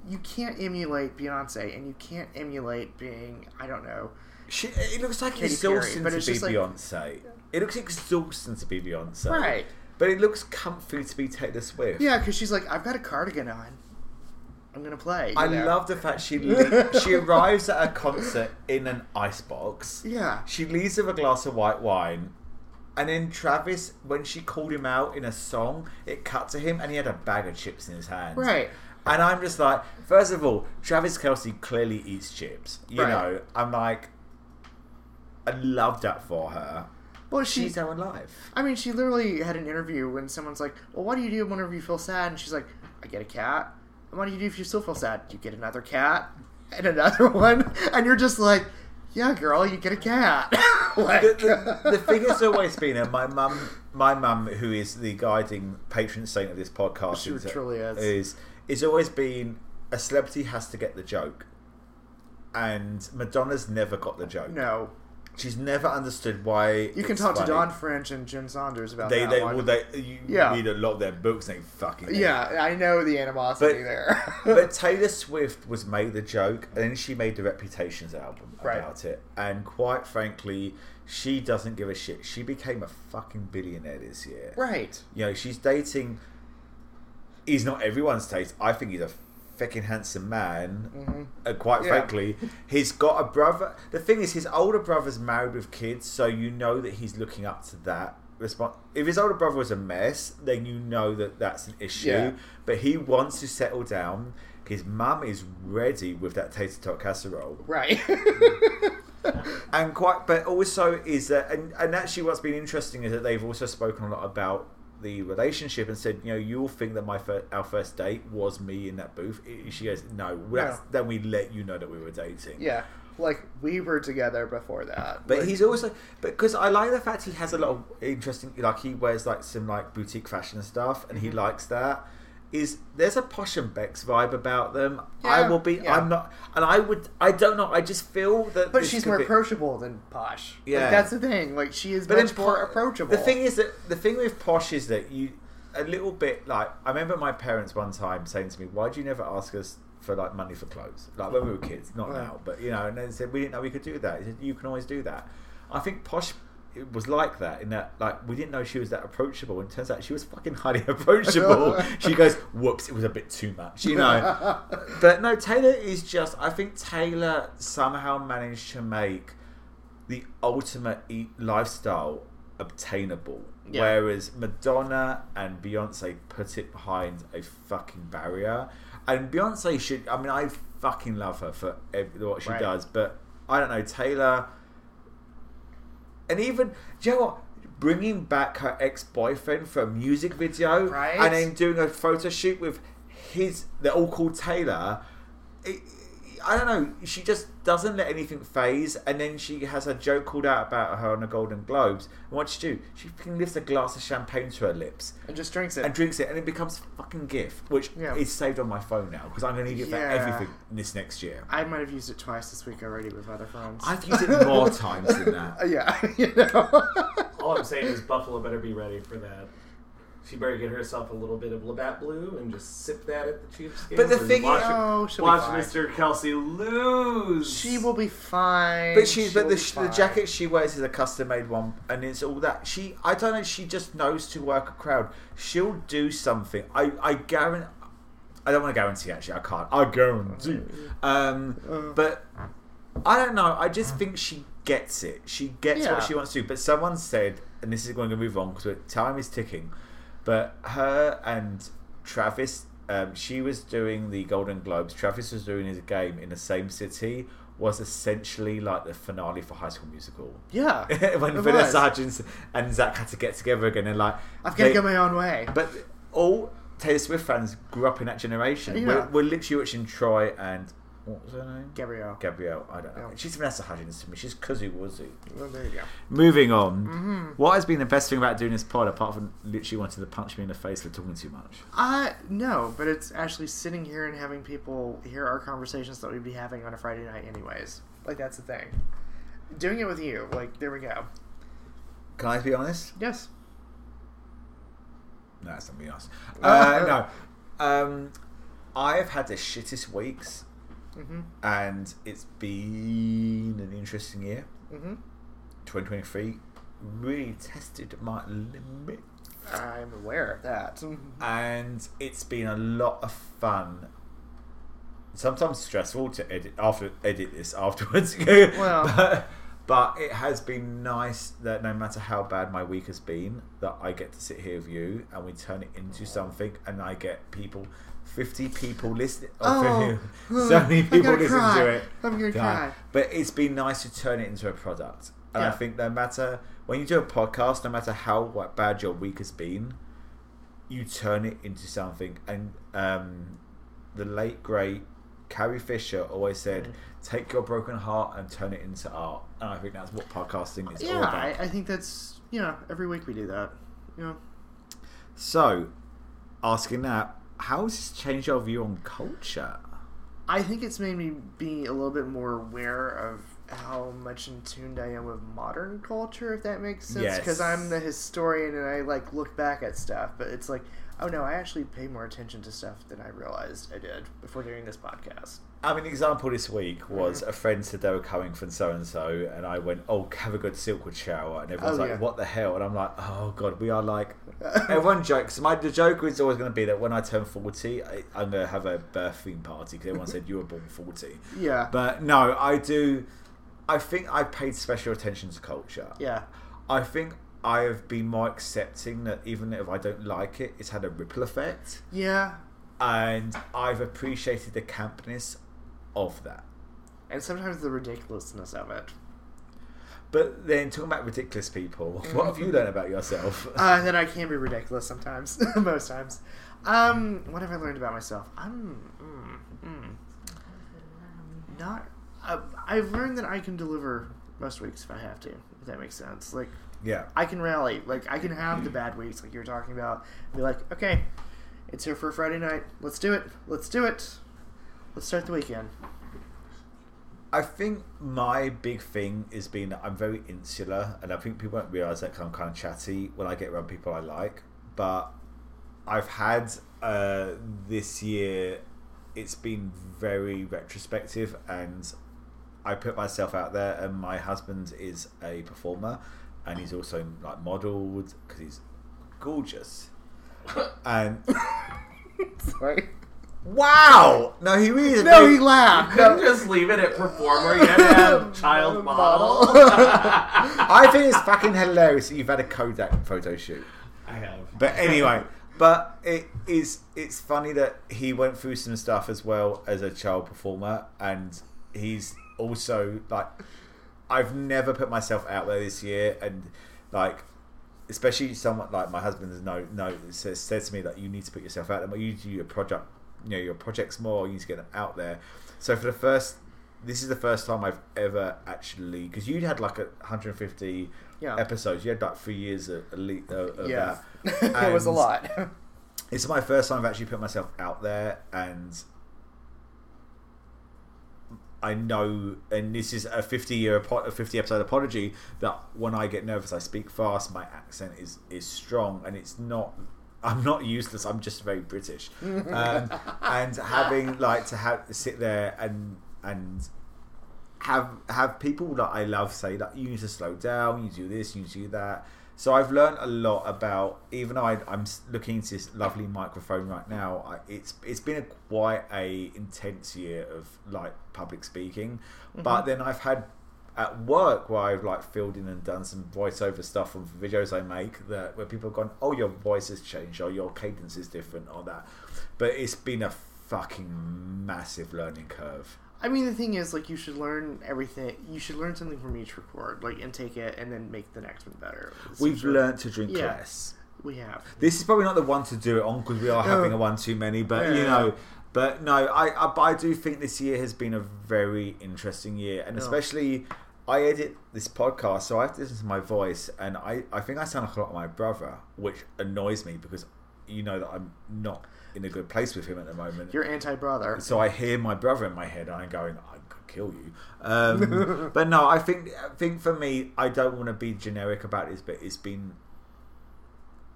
[SPEAKER 2] You can't emulate Beyonce, and you can't emulate being I don't know.
[SPEAKER 1] She, it looks like
[SPEAKER 2] Katy Perry,
[SPEAKER 1] exhausting
[SPEAKER 2] but
[SPEAKER 1] to
[SPEAKER 2] it's
[SPEAKER 1] be
[SPEAKER 2] just like-
[SPEAKER 1] Beyonce. It looks exhausting to be Beyonce.
[SPEAKER 2] Right.
[SPEAKER 1] But it looks comfy to be Taylor Swift.
[SPEAKER 2] Yeah, because she's like I've got a cardigan on. I'm gonna play. you
[SPEAKER 1] I
[SPEAKER 2] know?
[SPEAKER 1] love the fact she le- she arrives at a concert in an icebox.
[SPEAKER 2] Yeah.
[SPEAKER 1] She leaves with a glass of white wine. And then Travis, when she called him out in a song, it cut to him and he had a bag of chips in his hand.
[SPEAKER 2] Right.
[SPEAKER 1] And I'm just like, first of all, Travis Kelsey clearly eats chips. You
[SPEAKER 2] Right.
[SPEAKER 1] know, I'm like, I love that for her.
[SPEAKER 2] Well, she.
[SPEAKER 1] She's our life.
[SPEAKER 2] I mean, she literally had an interview when someone's like, "Well, what do you do whenever you feel sad?" And she's like, "I get a cat." And what do you do if you still feel sad? You get another cat and another one, and you're just like, "Yeah, girl, you get a cat." like,
[SPEAKER 1] the, the, the thing has always been, and my mum, my mum, who is the guiding patron saint of this podcast,
[SPEAKER 2] She
[SPEAKER 1] is, uh,
[SPEAKER 2] truly is.
[SPEAKER 1] is is always been a celebrity has to get the joke, and Madonna's never got the joke.
[SPEAKER 2] no,
[SPEAKER 1] She's never understood why.
[SPEAKER 2] you can talk to Don French and Jim Saunders about
[SPEAKER 1] They
[SPEAKER 2] that
[SPEAKER 1] they
[SPEAKER 2] one.
[SPEAKER 1] well they you
[SPEAKER 2] Yeah.
[SPEAKER 1] read a lot of their books. and They fucking
[SPEAKER 2] yeah, I know the animosity
[SPEAKER 1] But-
[SPEAKER 2] there.
[SPEAKER 1] but Taylor Swift was made the joke, and then she made the Reputations album
[SPEAKER 2] Right.
[SPEAKER 1] about it. And quite frankly, she doesn't give a shit. She became a fucking billionaire this year.
[SPEAKER 2] right.
[SPEAKER 1] You know, she's dating. He's not everyone's taste. I think he's a fucking handsome man.
[SPEAKER 2] Mhm.
[SPEAKER 1] Uh, quite
[SPEAKER 2] Yeah.
[SPEAKER 1] frankly, he's got a brother. The thing is, his older brother's married with kids, so you know that he's looking up to that. Response. If his older brother was a mess, then you know that that's an issue.
[SPEAKER 2] Yeah.
[SPEAKER 1] But he wants to settle down. His mum is ready with that tater tot casserole
[SPEAKER 2] Right.
[SPEAKER 1] and quite but also is that and, and actually what's been interesting is that they've also spoken a lot about the relationship and said you know you'll think that my fir- our first date was me in that booth I- she goes no that's,
[SPEAKER 2] No.
[SPEAKER 1] then we let you know that we were dating
[SPEAKER 2] yeah. Like we were together before that.
[SPEAKER 1] but
[SPEAKER 2] Like,
[SPEAKER 1] he's also because I like the fact he has a lot of interesting like he wears like some like boutique fashion and stuff
[SPEAKER 2] Mm-hmm.
[SPEAKER 1] and he likes that. Is there's a posh and Bex vibe about them? I
[SPEAKER 2] Yeah,
[SPEAKER 1] will be.
[SPEAKER 2] yeah.
[SPEAKER 1] I'm not, and I would. I don't know. I just feel that.
[SPEAKER 2] But
[SPEAKER 1] this
[SPEAKER 2] she's
[SPEAKER 1] could
[SPEAKER 2] more
[SPEAKER 1] be-
[SPEAKER 2] approachable than Posh. Yeah,
[SPEAKER 1] Yeah.
[SPEAKER 2] that's the thing. Like she is
[SPEAKER 1] But
[SPEAKER 2] much
[SPEAKER 1] then
[SPEAKER 2] more
[SPEAKER 1] Po-
[SPEAKER 2] approachable.
[SPEAKER 1] The thing is that the thing with posh is that you a little bit like I remember my parents one time saying to me, "Why do you never ask us for like money for clothes?" Like when we were kids, not
[SPEAKER 2] Right.
[SPEAKER 1] now, but you know. And they said we didn't know we could do that. He said, "You can always do that." I think posh. It was like that in that like we didn't know she was that approachable and it turns out she was fucking highly approachable. she goes, Whoops, it was a bit too much, you know. but no, Taylor is just I think Taylor somehow managed to make the ultimate e- lifestyle obtainable.
[SPEAKER 2] Yeah.
[SPEAKER 1] Whereas Madonna and Beyonce put it behind a fucking barrier. And Beyonce should, I mean, I fucking love her for ev what she
[SPEAKER 2] Right.
[SPEAKER 1] does, but I don't know, Taylor. And even, do you know what? Bringing back her ex boyfriend for a music video
[SPEAKER 2] Right.
[SPEAKER 1] and then doing a photo shoot with his, they're all called Taylor. It, I don't know. She just doesn't let anything phase, and then she has a joke called out about her on the Golden Globes. And what she do? She fucking lifts a glass of champagne to her lips
[SPEAKER 2] and just drinks it.
[SPEAKER 1] and drinks it, and it becomes fucking gift, which
[SPEAKER 2] Yeah.
[SPEAKER 1] is saved on my phone now because I'm going to need it for
[SPEAKER 2] Yeah.
[SPEAKER 1] everything this next year.
[SPEAKER 2] I might have used it twice this week already with other friends.
[SPEAKER 1] I've used it more times than that.
[SPEAKER 2] Uh, yeah, you know.
[SPEAKER 3] All I'm saying is Buffalo better be ready for that. She better get herself a little bit of Labatt Blue and just sip that at the Chiefs game.
[SPEAKER 1] But the
[SPEAKER 3] and
[SPEAKER 1] thing
[SPEAKER 3] watch,
[SPEAKER 1] is-
[SPEAKER 2] oh, she'll
[SPEAKER 3] watch
[SPEAKER 2] be fine.
[SPEAKER 3] Mr. Kelsey lose.
[SPEAKER 2] She will be fine.
[SPEAKER 1] But she's
[SPEAKER 2] She'll
[SPEAKER 1] but the, the
[SPEAKER 2] be fine.
[SPEAKER 1] jacket she wears is a custom made one, and it's all that. She I don't know. She just knows to work a crowd. She'll do something. I I guarantee. I don't want to guarantee actually. I can't. I guarantee. Um, but I don't know. I just think she gets it. She gets
[SPEAKER 2] Yeah.
[SPEAKER 1] what she wants to. do. But someone said, and this is going to move on because time is ticking. But her and Travis, um, she was doing the Golden Globes. Travis was doing his game in the same city. Was essentially like the finale for High School Musical
[SPEAKER 2] Yeah,
[SPEAKER 1] when
[SPEAKER 2] it
[SPEAKER 1] Vanessa
[SPEAKER 2] was.
[SPEAKER 1] Hudgens and Zach had to get together again and like
[SPEAKER 2] I've got to
[SPEAKER 1] they-
[SPEAKER 2] go my own way.
[SPEAKER 1] but all Taylor Swift fans grew up in that generation.
[SPEAKER 2] Yeah.
[SPEAKER 1] We're, we're literally watching Troy and what was her name?
[SPEAKER 2] Gabrielle.
[SPEAKER 1] Gabrielle. I don't know.
[SPEAKER 2] Yeah.
[SPEAKER 1] She's Vanessa Hudgens to me. She's Kazoo Wazoo.
[SPEAKER 2] Well, there you go.
[SPEAKER 1] Moving on. What has been the best thing about doing this pod apart from literally wanting to punch me in the face for talking too much?
[SPEAKER 2] Uh, no, but it's actually sitting here and having people hear our conversations that we'd be having on a Friday night, anyways. Like, that's the thing. Doing it with you, like, there we go.
[SPEAKER 1] Can I be honest?
[SPEAKER 2] Yes.
[SPEAKER 1] No, that's not being honest. Uh, no. Um, I have had the shittest weeks
[SPEAKER 2] Mm-hmm.
[SPEAKER 1] and it's been an interesting year.
[SPEAKER 2] Mm-hmm.
[SPEAKER 1] 2023 really tested my limit
[SPEAKER 2] I'm aware of that. Mm-hmm.
[SPEAKER 1] and it's been a lot of fun sometimes stressful to edit after edit this afterwards
[SPEAKER 2] Well.
[SPEAKER 1] but, but it has been nice that no matter how bad my week has been that i get to sit here with you and we turn it into something and i get people 50 people listening
[SPEAKER 2] Oh,
[SPEAKER 1] so many
[SPEAKER 2] I'm
[SPEAKER 1] people
[SPEAKER 2] gonna
[SPEAKER 1] listen
[SPEAKER 2] cry.
[SPEAKER 1] to it
[SPEAKER 2] I'm gonna
[SPEAKER 1] yeah.
[SPEAKER 2] cry.
[SPEAKER 1] But it's been nice to turn it into a product. And I
[SPEAKER 2] Yeah.
[SPEAKER 1] think no matter when you do a podcast, no matter how what bad your week has been, you turn it into something. And um, the late great Carrie Fisher always said,
[SPEAKER 2] Mm.
[SPEAKER 1] "Take your broken heart and turn it into art." And I think that's what podcasting is all
[SPEAKER 2] Yeah,
[SPEAKER 1] about.
[SPEAKER 2] I, I think that's, you know, every week we do that. You know,
[SPEAKER 1] So, asking that, how has this changed your view on culture?
[SPEAKER 2] I think it's made me be a little bit more aware of how much in tune I am with modern culture, if that makes sense.
[SPEAKER 1] Yes.
[SPEAKER 2] Because I'm the historian and I like look back at stuff, but it's like oh no, I actually pay more attention to stuff than I realized I did before doing this podcast.
[SPEAKER 1] I mean, example this
[SPEAKER 2] Mm.
[SPEAKER 1] week was a friend said they were coming from so and so, and I went, "Oh, have a good Silkwood shower," and everyone's
[SPEAKER 2] Oh,
[SPEAKER 1] like,
[SPEAKER 2] yeah.
[SPEAKER 1] "What the hell?" And I'm like, "Oh God, we are like." Everyone jokes. My the joke is always going to be that when I turn forty, I, I'm going to have a birth theme party because everyone said you were born forty.
[SPEAKER 2] Yeah.
[SPEAKER 1] But no, I do. I think I paid special attention to culture.
[SPEAKER 2] yeah.
[SPEAKER 1] I think I have been more accepting that even if I don't like it, it's had a ripple effect,
[SPEAKER 2] Yeah.
[SPEAKER 1] and I've appreciated the campness of that.
[SPEAKER 2] And sometimes the ridiculousness of it.
[SPEAKER 1] But then talking about ridiculous people, what have you learned about yourself?
[SPEAKER 2] Uh, that I can be ridiculous sometimes, most times. Um, what have I learned about myself? I'm mm, mm, not. Uh, I've learned that I can deliver most weeks if I have to. If that makes sense. Like
[SPEAKER 1] yeah.
[SPEAKER 2] I can rally. Like I can have the bad weeks, like you were talking about. Be like, okay, it's here for Friday night. Let's do it. Let's do it. Let's start the weekend.
[SPEAKER 1] I think my big thing is being that I'm very insular, and I think people don't realize that 'cause I'm kind of chatty when I get around people I like. But I've had uh, this year, it's been very retrospective, and I put myself out there. And my husband is a performer, and he's also like modelled because he's gorgeous. And
[SPEAKER 2] Sorry.
[SPEAKER 1] wow, no, he really is a
[SPEAKER 2] No,
[SPEAKER 1] big-
[SPEAKER 2] he laughed.
[SPEAKER 3] Couldn't just leave it at performer. You had to have child model.
[SPEAKER 1] I think it's fucking hilarious that you've had a Kodak photo shoot.
[SPEAKER 3] I have.
[SPEAKER 1] But anyway, but it is it's funny that he went through some stuff as well as a child performer, and he's also like, I've never put myself out there this year, and like. Especially someone like my husband has no no says, said to me that you need to put yourself out there. You need to do your project, you know, your projects more. You need to get them out there. So for the first, this is the first time I've ever actually because you'd had like a 150
[SPEAKER 2] Yeah.
[SPEAKER 1] episodes. You had like three years of, elite- of, of
[SPEAKER 2] Yeah.
[SPEAKER 1] that.
[SPEAKER 2] it was a
[SPEAKER 1] And
[SPEAKER 2] lot.
[SPEAKER 1] It's my first time I've actually put myself out there, and I know, and this is a fifty-year, a fifty-episode apology that when I get nervous, I speak fast. My accent is is strong, and it's not. I'm not useless. I'm just very British, um, and having like to have sit there and and have have people that I love say that you need to slow down, you do this, you do that. So I've learned a lot about. Even though I, I'm s- looking into this lovely microphone right now, I, it's it's been a, quite a intense year of like public speaking. But then I've had at work where I've like filled in and done some voiceover stuff on videos I make that where people have gone, oh your voice has changed, or your cadence is different, or that. But it's been a fucking massive learning curve.
[SPEAKER 2] I mean, the thing is, like, you should learn everything. You should learn something from each record, like, and take it, and then make the next one better.
[SPEAKER 1] We've
[SPEAKER 2] Essentially.
[SPEAKER 1] learned to drink
[SPEAKER 2] Yeah.
[SPEAKER 1] less.
[SPEAKER 2] We have.
[SPEAKER 1] This is probably not the one to do it on because we are having a one too many. But you know, but no, I, I but I do think this year has been a very interesting year, and especially I edit this podcast, so I have to listen to my voice, and I I think I sound like a lot of my brother, which annoys me because you know that I'm not in a good place with him at the moment.
[SPEAKER 2] You're anti-brother.
[SPEAKER 1] so I hear my brother in my head, and I'm going, I could kill you. Um, but no, I think I think for me, I don't want to be generic about this, but it's been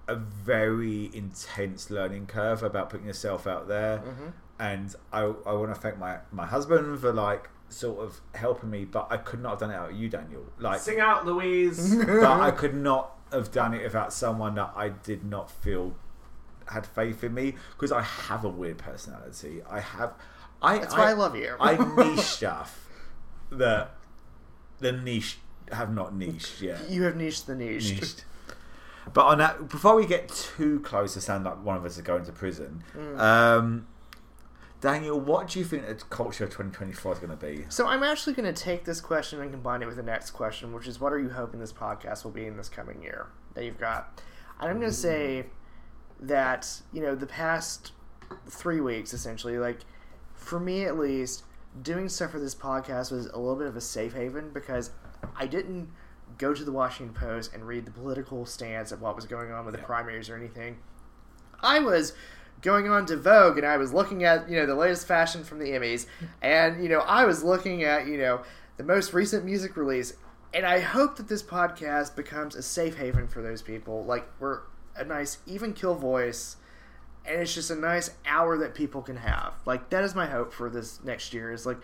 [SPEAKER 1] a very intense learning curve about putting yourself out there. And I, I want to thank my, my husband for like sort of helping me, but I could not have done it without you, Daniel. Like,
[SPEAKER 3] Sing out, Louise.
[SPEAKER 1] but I could not have done it without someone that I did not feel had faith in me because I have a weird personality. I have. I,
[SPEAKER 2] That's why I love you.
[SPEAKER 1] I niche stuff that the niche have not niched yet.
[SPEAKER 2] You have niched the niche.
[SPEAKER 1] Niched. But on that, before we get too close to sound like one of us is going to prison,
[SPEAKER 2] Mm.
[SPEAKER 1] um, Daniel, what do you think the culture of 2024 is going to be?
[SPEAKER 2] So I'm actually going to take this question and combine it with the next question, which is, what are you hoping this podcast will be in this coming year that you've got? And I'm going to say that you know the past three weeks, essentially, like for me at least, doing stuff for this podcast was a little bit of a safe haven because I didn't go to the Washington Post and read the political stance of what was going on with the primaries or anything. I was going on to Vogue and I was looking at, you know, the latest fashion from the Emmys and, you know, I was looking at, you know, the most recent music release. And I hope that this podcast becomes a safe haven for those people. Like, we're a nice, even kill voice and it's just a nice hour that people can have. Like that is my hope for this next year. Is like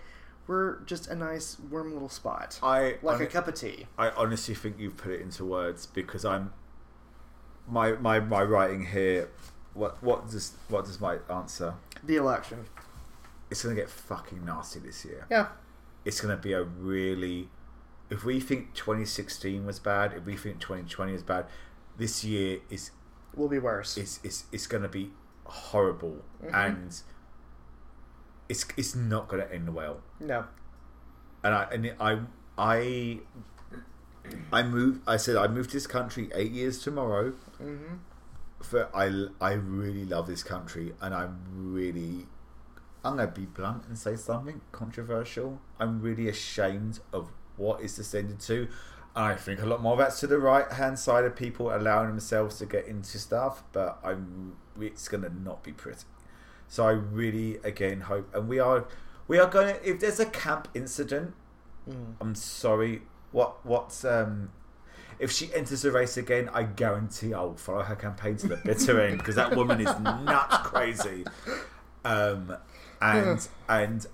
[SPEAKER 2] we're just a nice warm little spot,
[SPEAKER 1] I
[SPEAKER 2] like
[SPEAKER 1] I-
[SPEAKER 2] a cup of tea.
[SPEAKER 1] I honestly think you've put it into words because I'm my my my writing here. What what does what does my answer?
[SPEAKER 2] The election,
[SPEAKER 1] It's gonna get fucking nasty this year.
[SPEAKER 2] yeah,
[SPEAKER 1] It's gonna be a really. If we think 2016 was bad, if we think 2020 is bad, this year is
[SPEAKER 2] will be worse.
[SPEAKER 1] is is is gonna be horrible, and it's it's not gonna end well.
[SPEAKER 2] No,
[SPEAKER 1] and I and I I I moved. I said I moved to this country eight years tomorrow. For I I really love this country, and I'm really I'm gonna be blunt and say something controversial. I'm really ashamed of what it's descended to. And I think a lot more of that's to the right hand side of people allowing themselves to get into stuff, but I'm it's gonna not be pretty. So I really again hope, and we are we are gonna if there's a camp incident. I'm sorry. What what's um. If she enters the race again, I guarantee I will follow her campaign to the bitter end because that woman is nuts crazy. Um, and and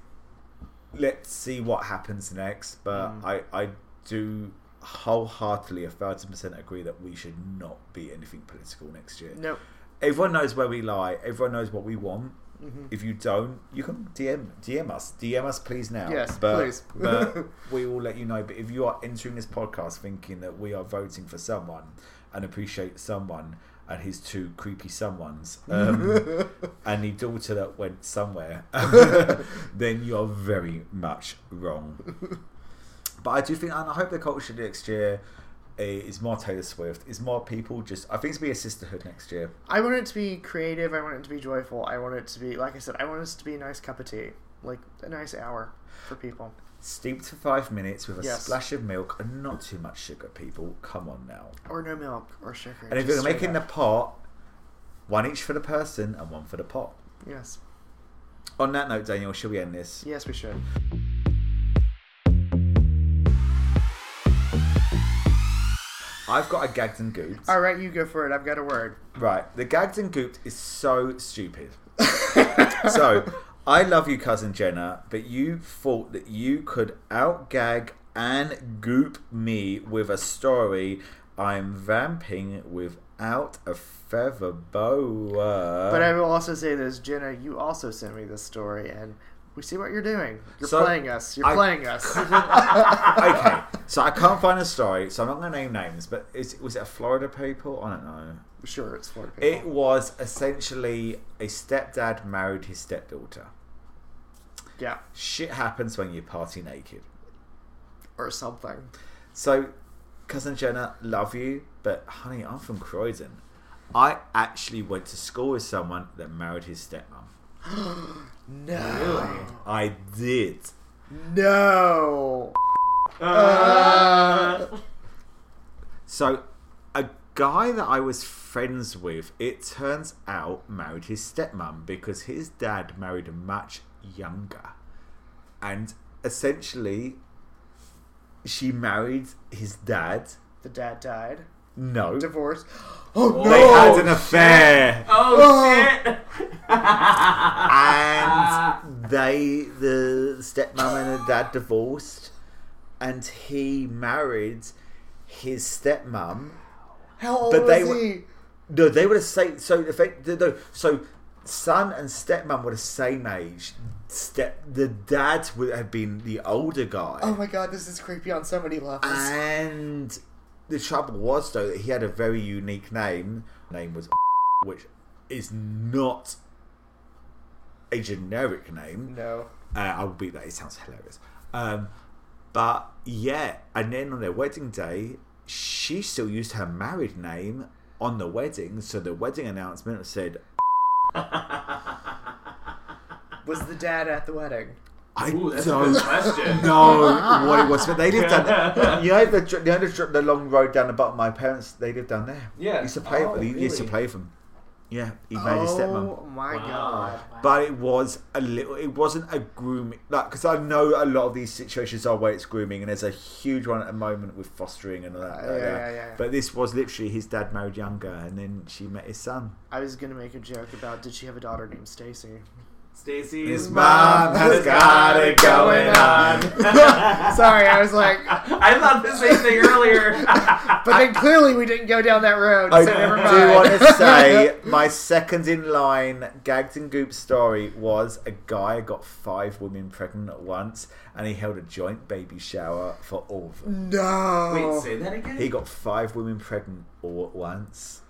[SPEAKER 1] let's see what happens next. But I I do wholeheartedly, a thousand percent agree that we should not be anything political next year
[SPEAKER 2] no,
[SPEAKER 1] everyone knows where we lie. Everyone knows what we want.
[SPEAKER 2] Mm-hmm.
[SPEAKER 1] If you don't, you can DM DM us. DM us, please now.
[SPEAKER 2] Yes,
[SPEAKER 1] but,
[SPEAKER 2] please.
[SPEAKER 1] but we will let you know. But if you are entering this podcast thinking that we are voting for someone and appreciate someone and his two creepy someones um, and the daughter that went somewhere, then you are very much wrong. But I do think, and I hope the culture next year eh, is more Taylor Swift, is more people just. I think it's gonna be a sisterhood next year.
[SPEAKER 2] I want it to be creative. I want it to be joyful. I want it to be, like I said, I want us to be a nice cup of tea, like a nice hour for people.
[SPEAKER 1] Steeped for five minutes with a
[SPEAKER 2] Yes.
[SPEAKER 1] splash of milk and not too much sugar, people. Come on now.
[SPEAKER 2] Or no milk or sugar.
[SPEAKER 1] And if
[SPEAKER 2] just
[SPEAKER 1] you're
[SPEAKER 2] straight
[SPEAKER 1] making the
[SPEAKER 2] up.
[SPEAKER 1] pot, one each for the person and one for the pot.
[SPEAKER 2] yes,
[SPEAKER 1] On that note, Daniel, shall we end this?
[SPEAKER 2] yes, we should.
[SPEAKER 1] I've got a gagged and gooped.
[SPEAKER 2] All right, you go for it. I've got a word.
[SPEAKER 1] Right, the gagged and gooped is so stupid. so, I love you, cousin Jenna, but you thought that you could outgag and goop me with a story. I'm vamping without a feather boa.
[SPEAKER 2] But I will also say this, Jenna. You also sent me this story, and we see what you're doing. You're
[SPEAKER 1] So,
[SPEAKER 2] playing us. You're
[SPEAKER 1] I-
[SPEAKER 2] playing us.
[SPEAKER 1] okay, so I can't find a story, so I'm not going to name names, but is, was it a Florida people? I don't know.
[SPEAKER 2] sure, it's Florida people.
[SPEAKER 1] It was essentially a stepdad married his stepdaughter.
[SPEAKER 2] yeah,
[SPEAKER 1] Shit happens when you party naked.
[SPEAKER 2] or something.
[SPEAKER 1] So, cousin Jenna, love you, but honey, I'm from Croydon. I actually went to school with someone that married his stepmom.
[SPEAKER 2] No,
[SPEAKER 1] I did.
[SPEAKER 2] no.
[SPEAKER 1] Uh, So, a guy that I was friends with, it turns out, married his stepmom because his dad married much younger. And essentially, she married his dad.
[SPEAKER 2] The dad died.
[SPEAKER 1] No.
[SPEAKER 2] Divorced. Oh
[SPEAKER 1] They had an affair.
[SPEAKER 3] Oh, shit!
[SPEAKER 1] And they, the stepmom and the dad divorced. And he married his stepmom.
[SPEAKER 2] How old
[SPEAKER 1] But
[SPEAKER 2] was
[SPEAKER 1] they
[SPEAKER 2] he?
[SPEAKER 1] were- No, they were the same. So the fact, the, the, so son and stepmom were the same age. Step, the dad would have been the older guy,
[SPEAKER 2] oh my god, this is creepy on so many levels.
[SPEAKER 1] and the trouble was though that he had a very unique name. Name was which is not a generic name.
[SPEAKER 2] no.
[SPEAKER 1] Uh, I will beat that. It sounds hilarious. Um, but yeah, and then on their wedding day, she still used her married name on the wedding. So the wedding announcement said,
[SPEAKER 2] Was the dad at the wedding?
[SPEAKER 1] "I
[SPEAKER 3] Ooh, that's a
[SPEAKER 1] don't
[SPEAKER 3] good question.
[SPEAKER 1] know what it was." But they lived down there. You know the dr- you know the, dr- the long road down the bottom. My parents they lived down there.
[SPEAKER 3] Yeah.
[SPEAKER 1] used to play.
[SPEAKER 3] Oh,
[SPEAKER 1] they used to
[SPEAKER 3] really?
[SPEAKER 1] play with them. Yeah, he married his stepmom.
[SPEAKER 2] Oh my
[SPEAKER 3] Wow.
[SPEAKER 2] god.
[SPEAKER 1] But it was a little. It wasn't a grooming. Like, because I know a lot of these situations are where it's grooming, and there's a huge one at the moment with fostering and all that.
[SPEAKER 2] Yeah, yeah, yeah.
[SPEAKER 1] But this was literally his dad married younger, and then she met his son.
[SPEAKER 2] I was gonna make a joke about did she have a daughter named Stacy?
[SPEAKER 3] Stacy
[SPEAKER 1] His
[SPEAKER 3] is
[SPEAKER 1] mom has got it going on.
[SPEAKER 2] Sorry, I was like,
[SPEAKER 3] I thought the same thing earlier.
[SPEAKER 2] but then clearly we didn't go down that road,
[SPEAKER 1] I
[SPEAKER 2] so never mind.
[SPEAKER 1] Oh, do want to say my second in line gagged and goop story was a guy got five women pregnant at once, and he held a joint baby shower for all of them.
[SPEAKER 2] no.
[SPEAKER 3] Wait, say that again.
[SPEAKER 1] Oh. He got five women pregnant all at once.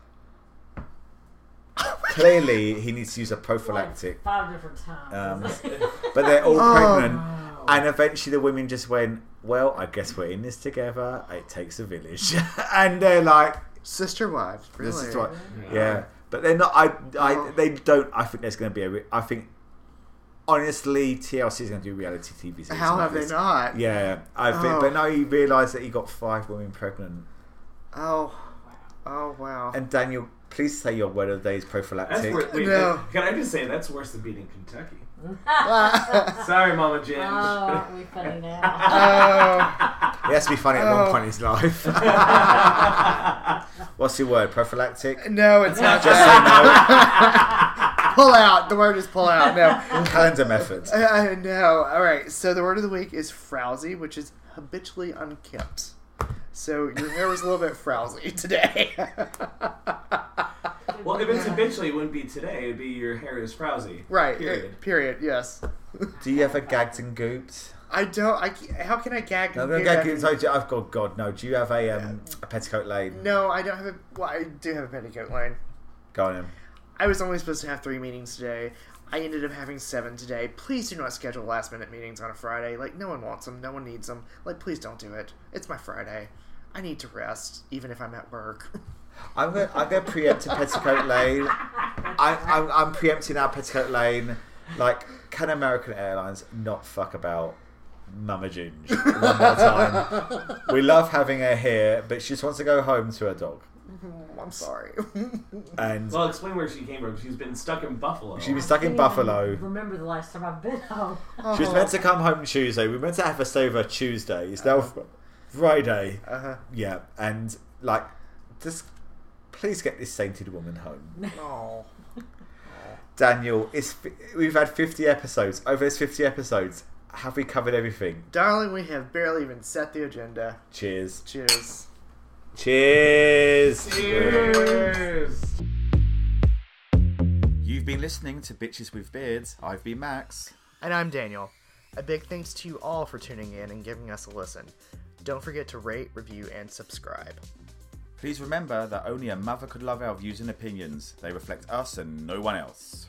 [SPEAKER 1] Clearly, he needs to use a prophylactic,
[SPEAKER 7] Like five different times.
[SPEAKER 1] Um, but they're all
[SPEAKER 2] Oh.
[SPEAKER 1] pregnant. And eventually, the women just went, "Well, I guess we're in this together. It takes a village." and they're like,
[SPEAKER 2] Sister wives, really? Oh.
[SPEAKER 1] This is what, yeah. But they're not. I, I, they don't. I think there's going to be a. Re- I think, honestly, TLC is going to do reality TV. series
[SPEAKER 2] How
[SPEAKER 1] like
[SPEAKER 2] have they
[SPEAKER 1] this.
[SPEAKER 2] not?
[SPEAKER 1] Yeah, I think.
[SPEAKER 2] Oh.
[SPEAKER 1] But now he realised that he got five women pregnant.
[SPEAKER 2] Oh, oh wow.
[SPEAKER 1] And Daniel, please say your word of the day is
[SPEAKER 3] That's
[SPEAKER 1] prophylactic.
[SPEAKER 3] wor- wait,
[SPEAKER 2] No.
[SPEAKER 3] that- Can I just say that's worse than beating Kentucky? Uh.
[SPEAKER 2] oh,
[SPEAKER 3] Sorry, Mama Ginge.
[SPEAKER 7] oh, aren't we funny now?
[SPEAKER 1] He has to be funny at one
[SPEAKER 2] Oh.
[SPEAKER 1] point in his life. What's your word? Prophylactic.
[SPEAKER 2] no, it's not
[SPEAKER 1] Just
[SPEAKER 2] that.
[SPEAKER 1] so
[SPEAKER 2] pull out. The word is pull out. No.
[SPEAKER 1] you know, calendar method.
[SPEAKER 2] I I know. All right. So the word of the week is frowsy, which is habitually unkempt. So your hair was a little bit frowsy today.
[SPEAKER 3] well, if it's habitually, it wouldn't be today. It'd be your hair is frowsy.
[SPEAKER 2] right.
[SPEAKER 3] Period.
[SPEAKER 2] Period. Period. Yes.
[SPEAKER 1] Do you ever gagged and gooped?
[SPEAKER 2] I don't. I. ca- How can I gag?
[SPEAKER 1] No,
[SPEAKER 2] and
[SPEAKER 1] no,
[SPEAKER 2] give
[SPEAKER 1] gag,
[SPEAKER 2] that-
[SPEAKER 1] so do- I've got God. No. Do you have a um, a petticoat lane?
[SPEAKER 2] no, I don't have a. Well, I do have a petticoat line.
[SPEAKER 1] Go on. Em.
[SPEAKER 2] I was only supposed to have three meetings today. I ended up having seven today. Please do not schedule last minute meetings on a Friday. Like, no one wants them. No one needs them. Like, please don't do it. It's my Friday. I need to rest, even if I'm at work.
[SPEAKER 1] I'm gonna, I'm gonna preempt a petticoat lane. I, I'm, I'm preempting our petticoat lane. Like, can American Airlines not fuck about Mama Ginge one more time? We love having her here, but she just wants to go home to her dog.
[SPEAKER 2] I'm sorry. Uh,
[SPEAKER 1] And
[SPEAKER 3] Well, explain where she came from. She's been stuck in Buffalo.
[SPEAKER 1] she was stuck in
[SPEAKER 7] I
[SPEAKER 1] Buffalo.
[SPEAKER 7] remember the last time I've been home.
[SPEAKER 1] She was meant to come home Tuesday. We were meant to have a sober Tuesday. It's now fr- Friday.
[SPEAKER 2] Uh-huh.
[SPEAKER 1] Yeah, and like, just please get this sainted woman home.
[SPEAKER 2] Oh.
[SPEAKER 1] Daniel, it's we've had 50 episodes. Over those 50 episodes, have we covered everything?
[SPEAKER 2] Darling, we have barely even set the agenda.
[SPEAKER 1] Cheers.
[SPEAKER 2] Cheers.
[SPEAKER 1] Cheers.
[SPEAKER 3] Cheers.
[SPEAKER 1] You've been listening to Bitches with Beards. I've been Max.
[SPEAKER 2] And I'm Daniel. A big thanks to you all for tuning in and giving us a listen. Don't forget to rate, review, and subscribe.
[SPEAKER 1] Please remember that only a mother could love our views and opinions. They reflect us and no one else.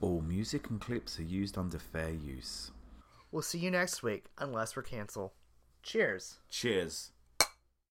[SPEAKER 1] All music and clips are used under fair use.
[SPEAKER 2] We'll see you next week, unless we're canceled. Cheers.
[SPEAKER 1] Cheers.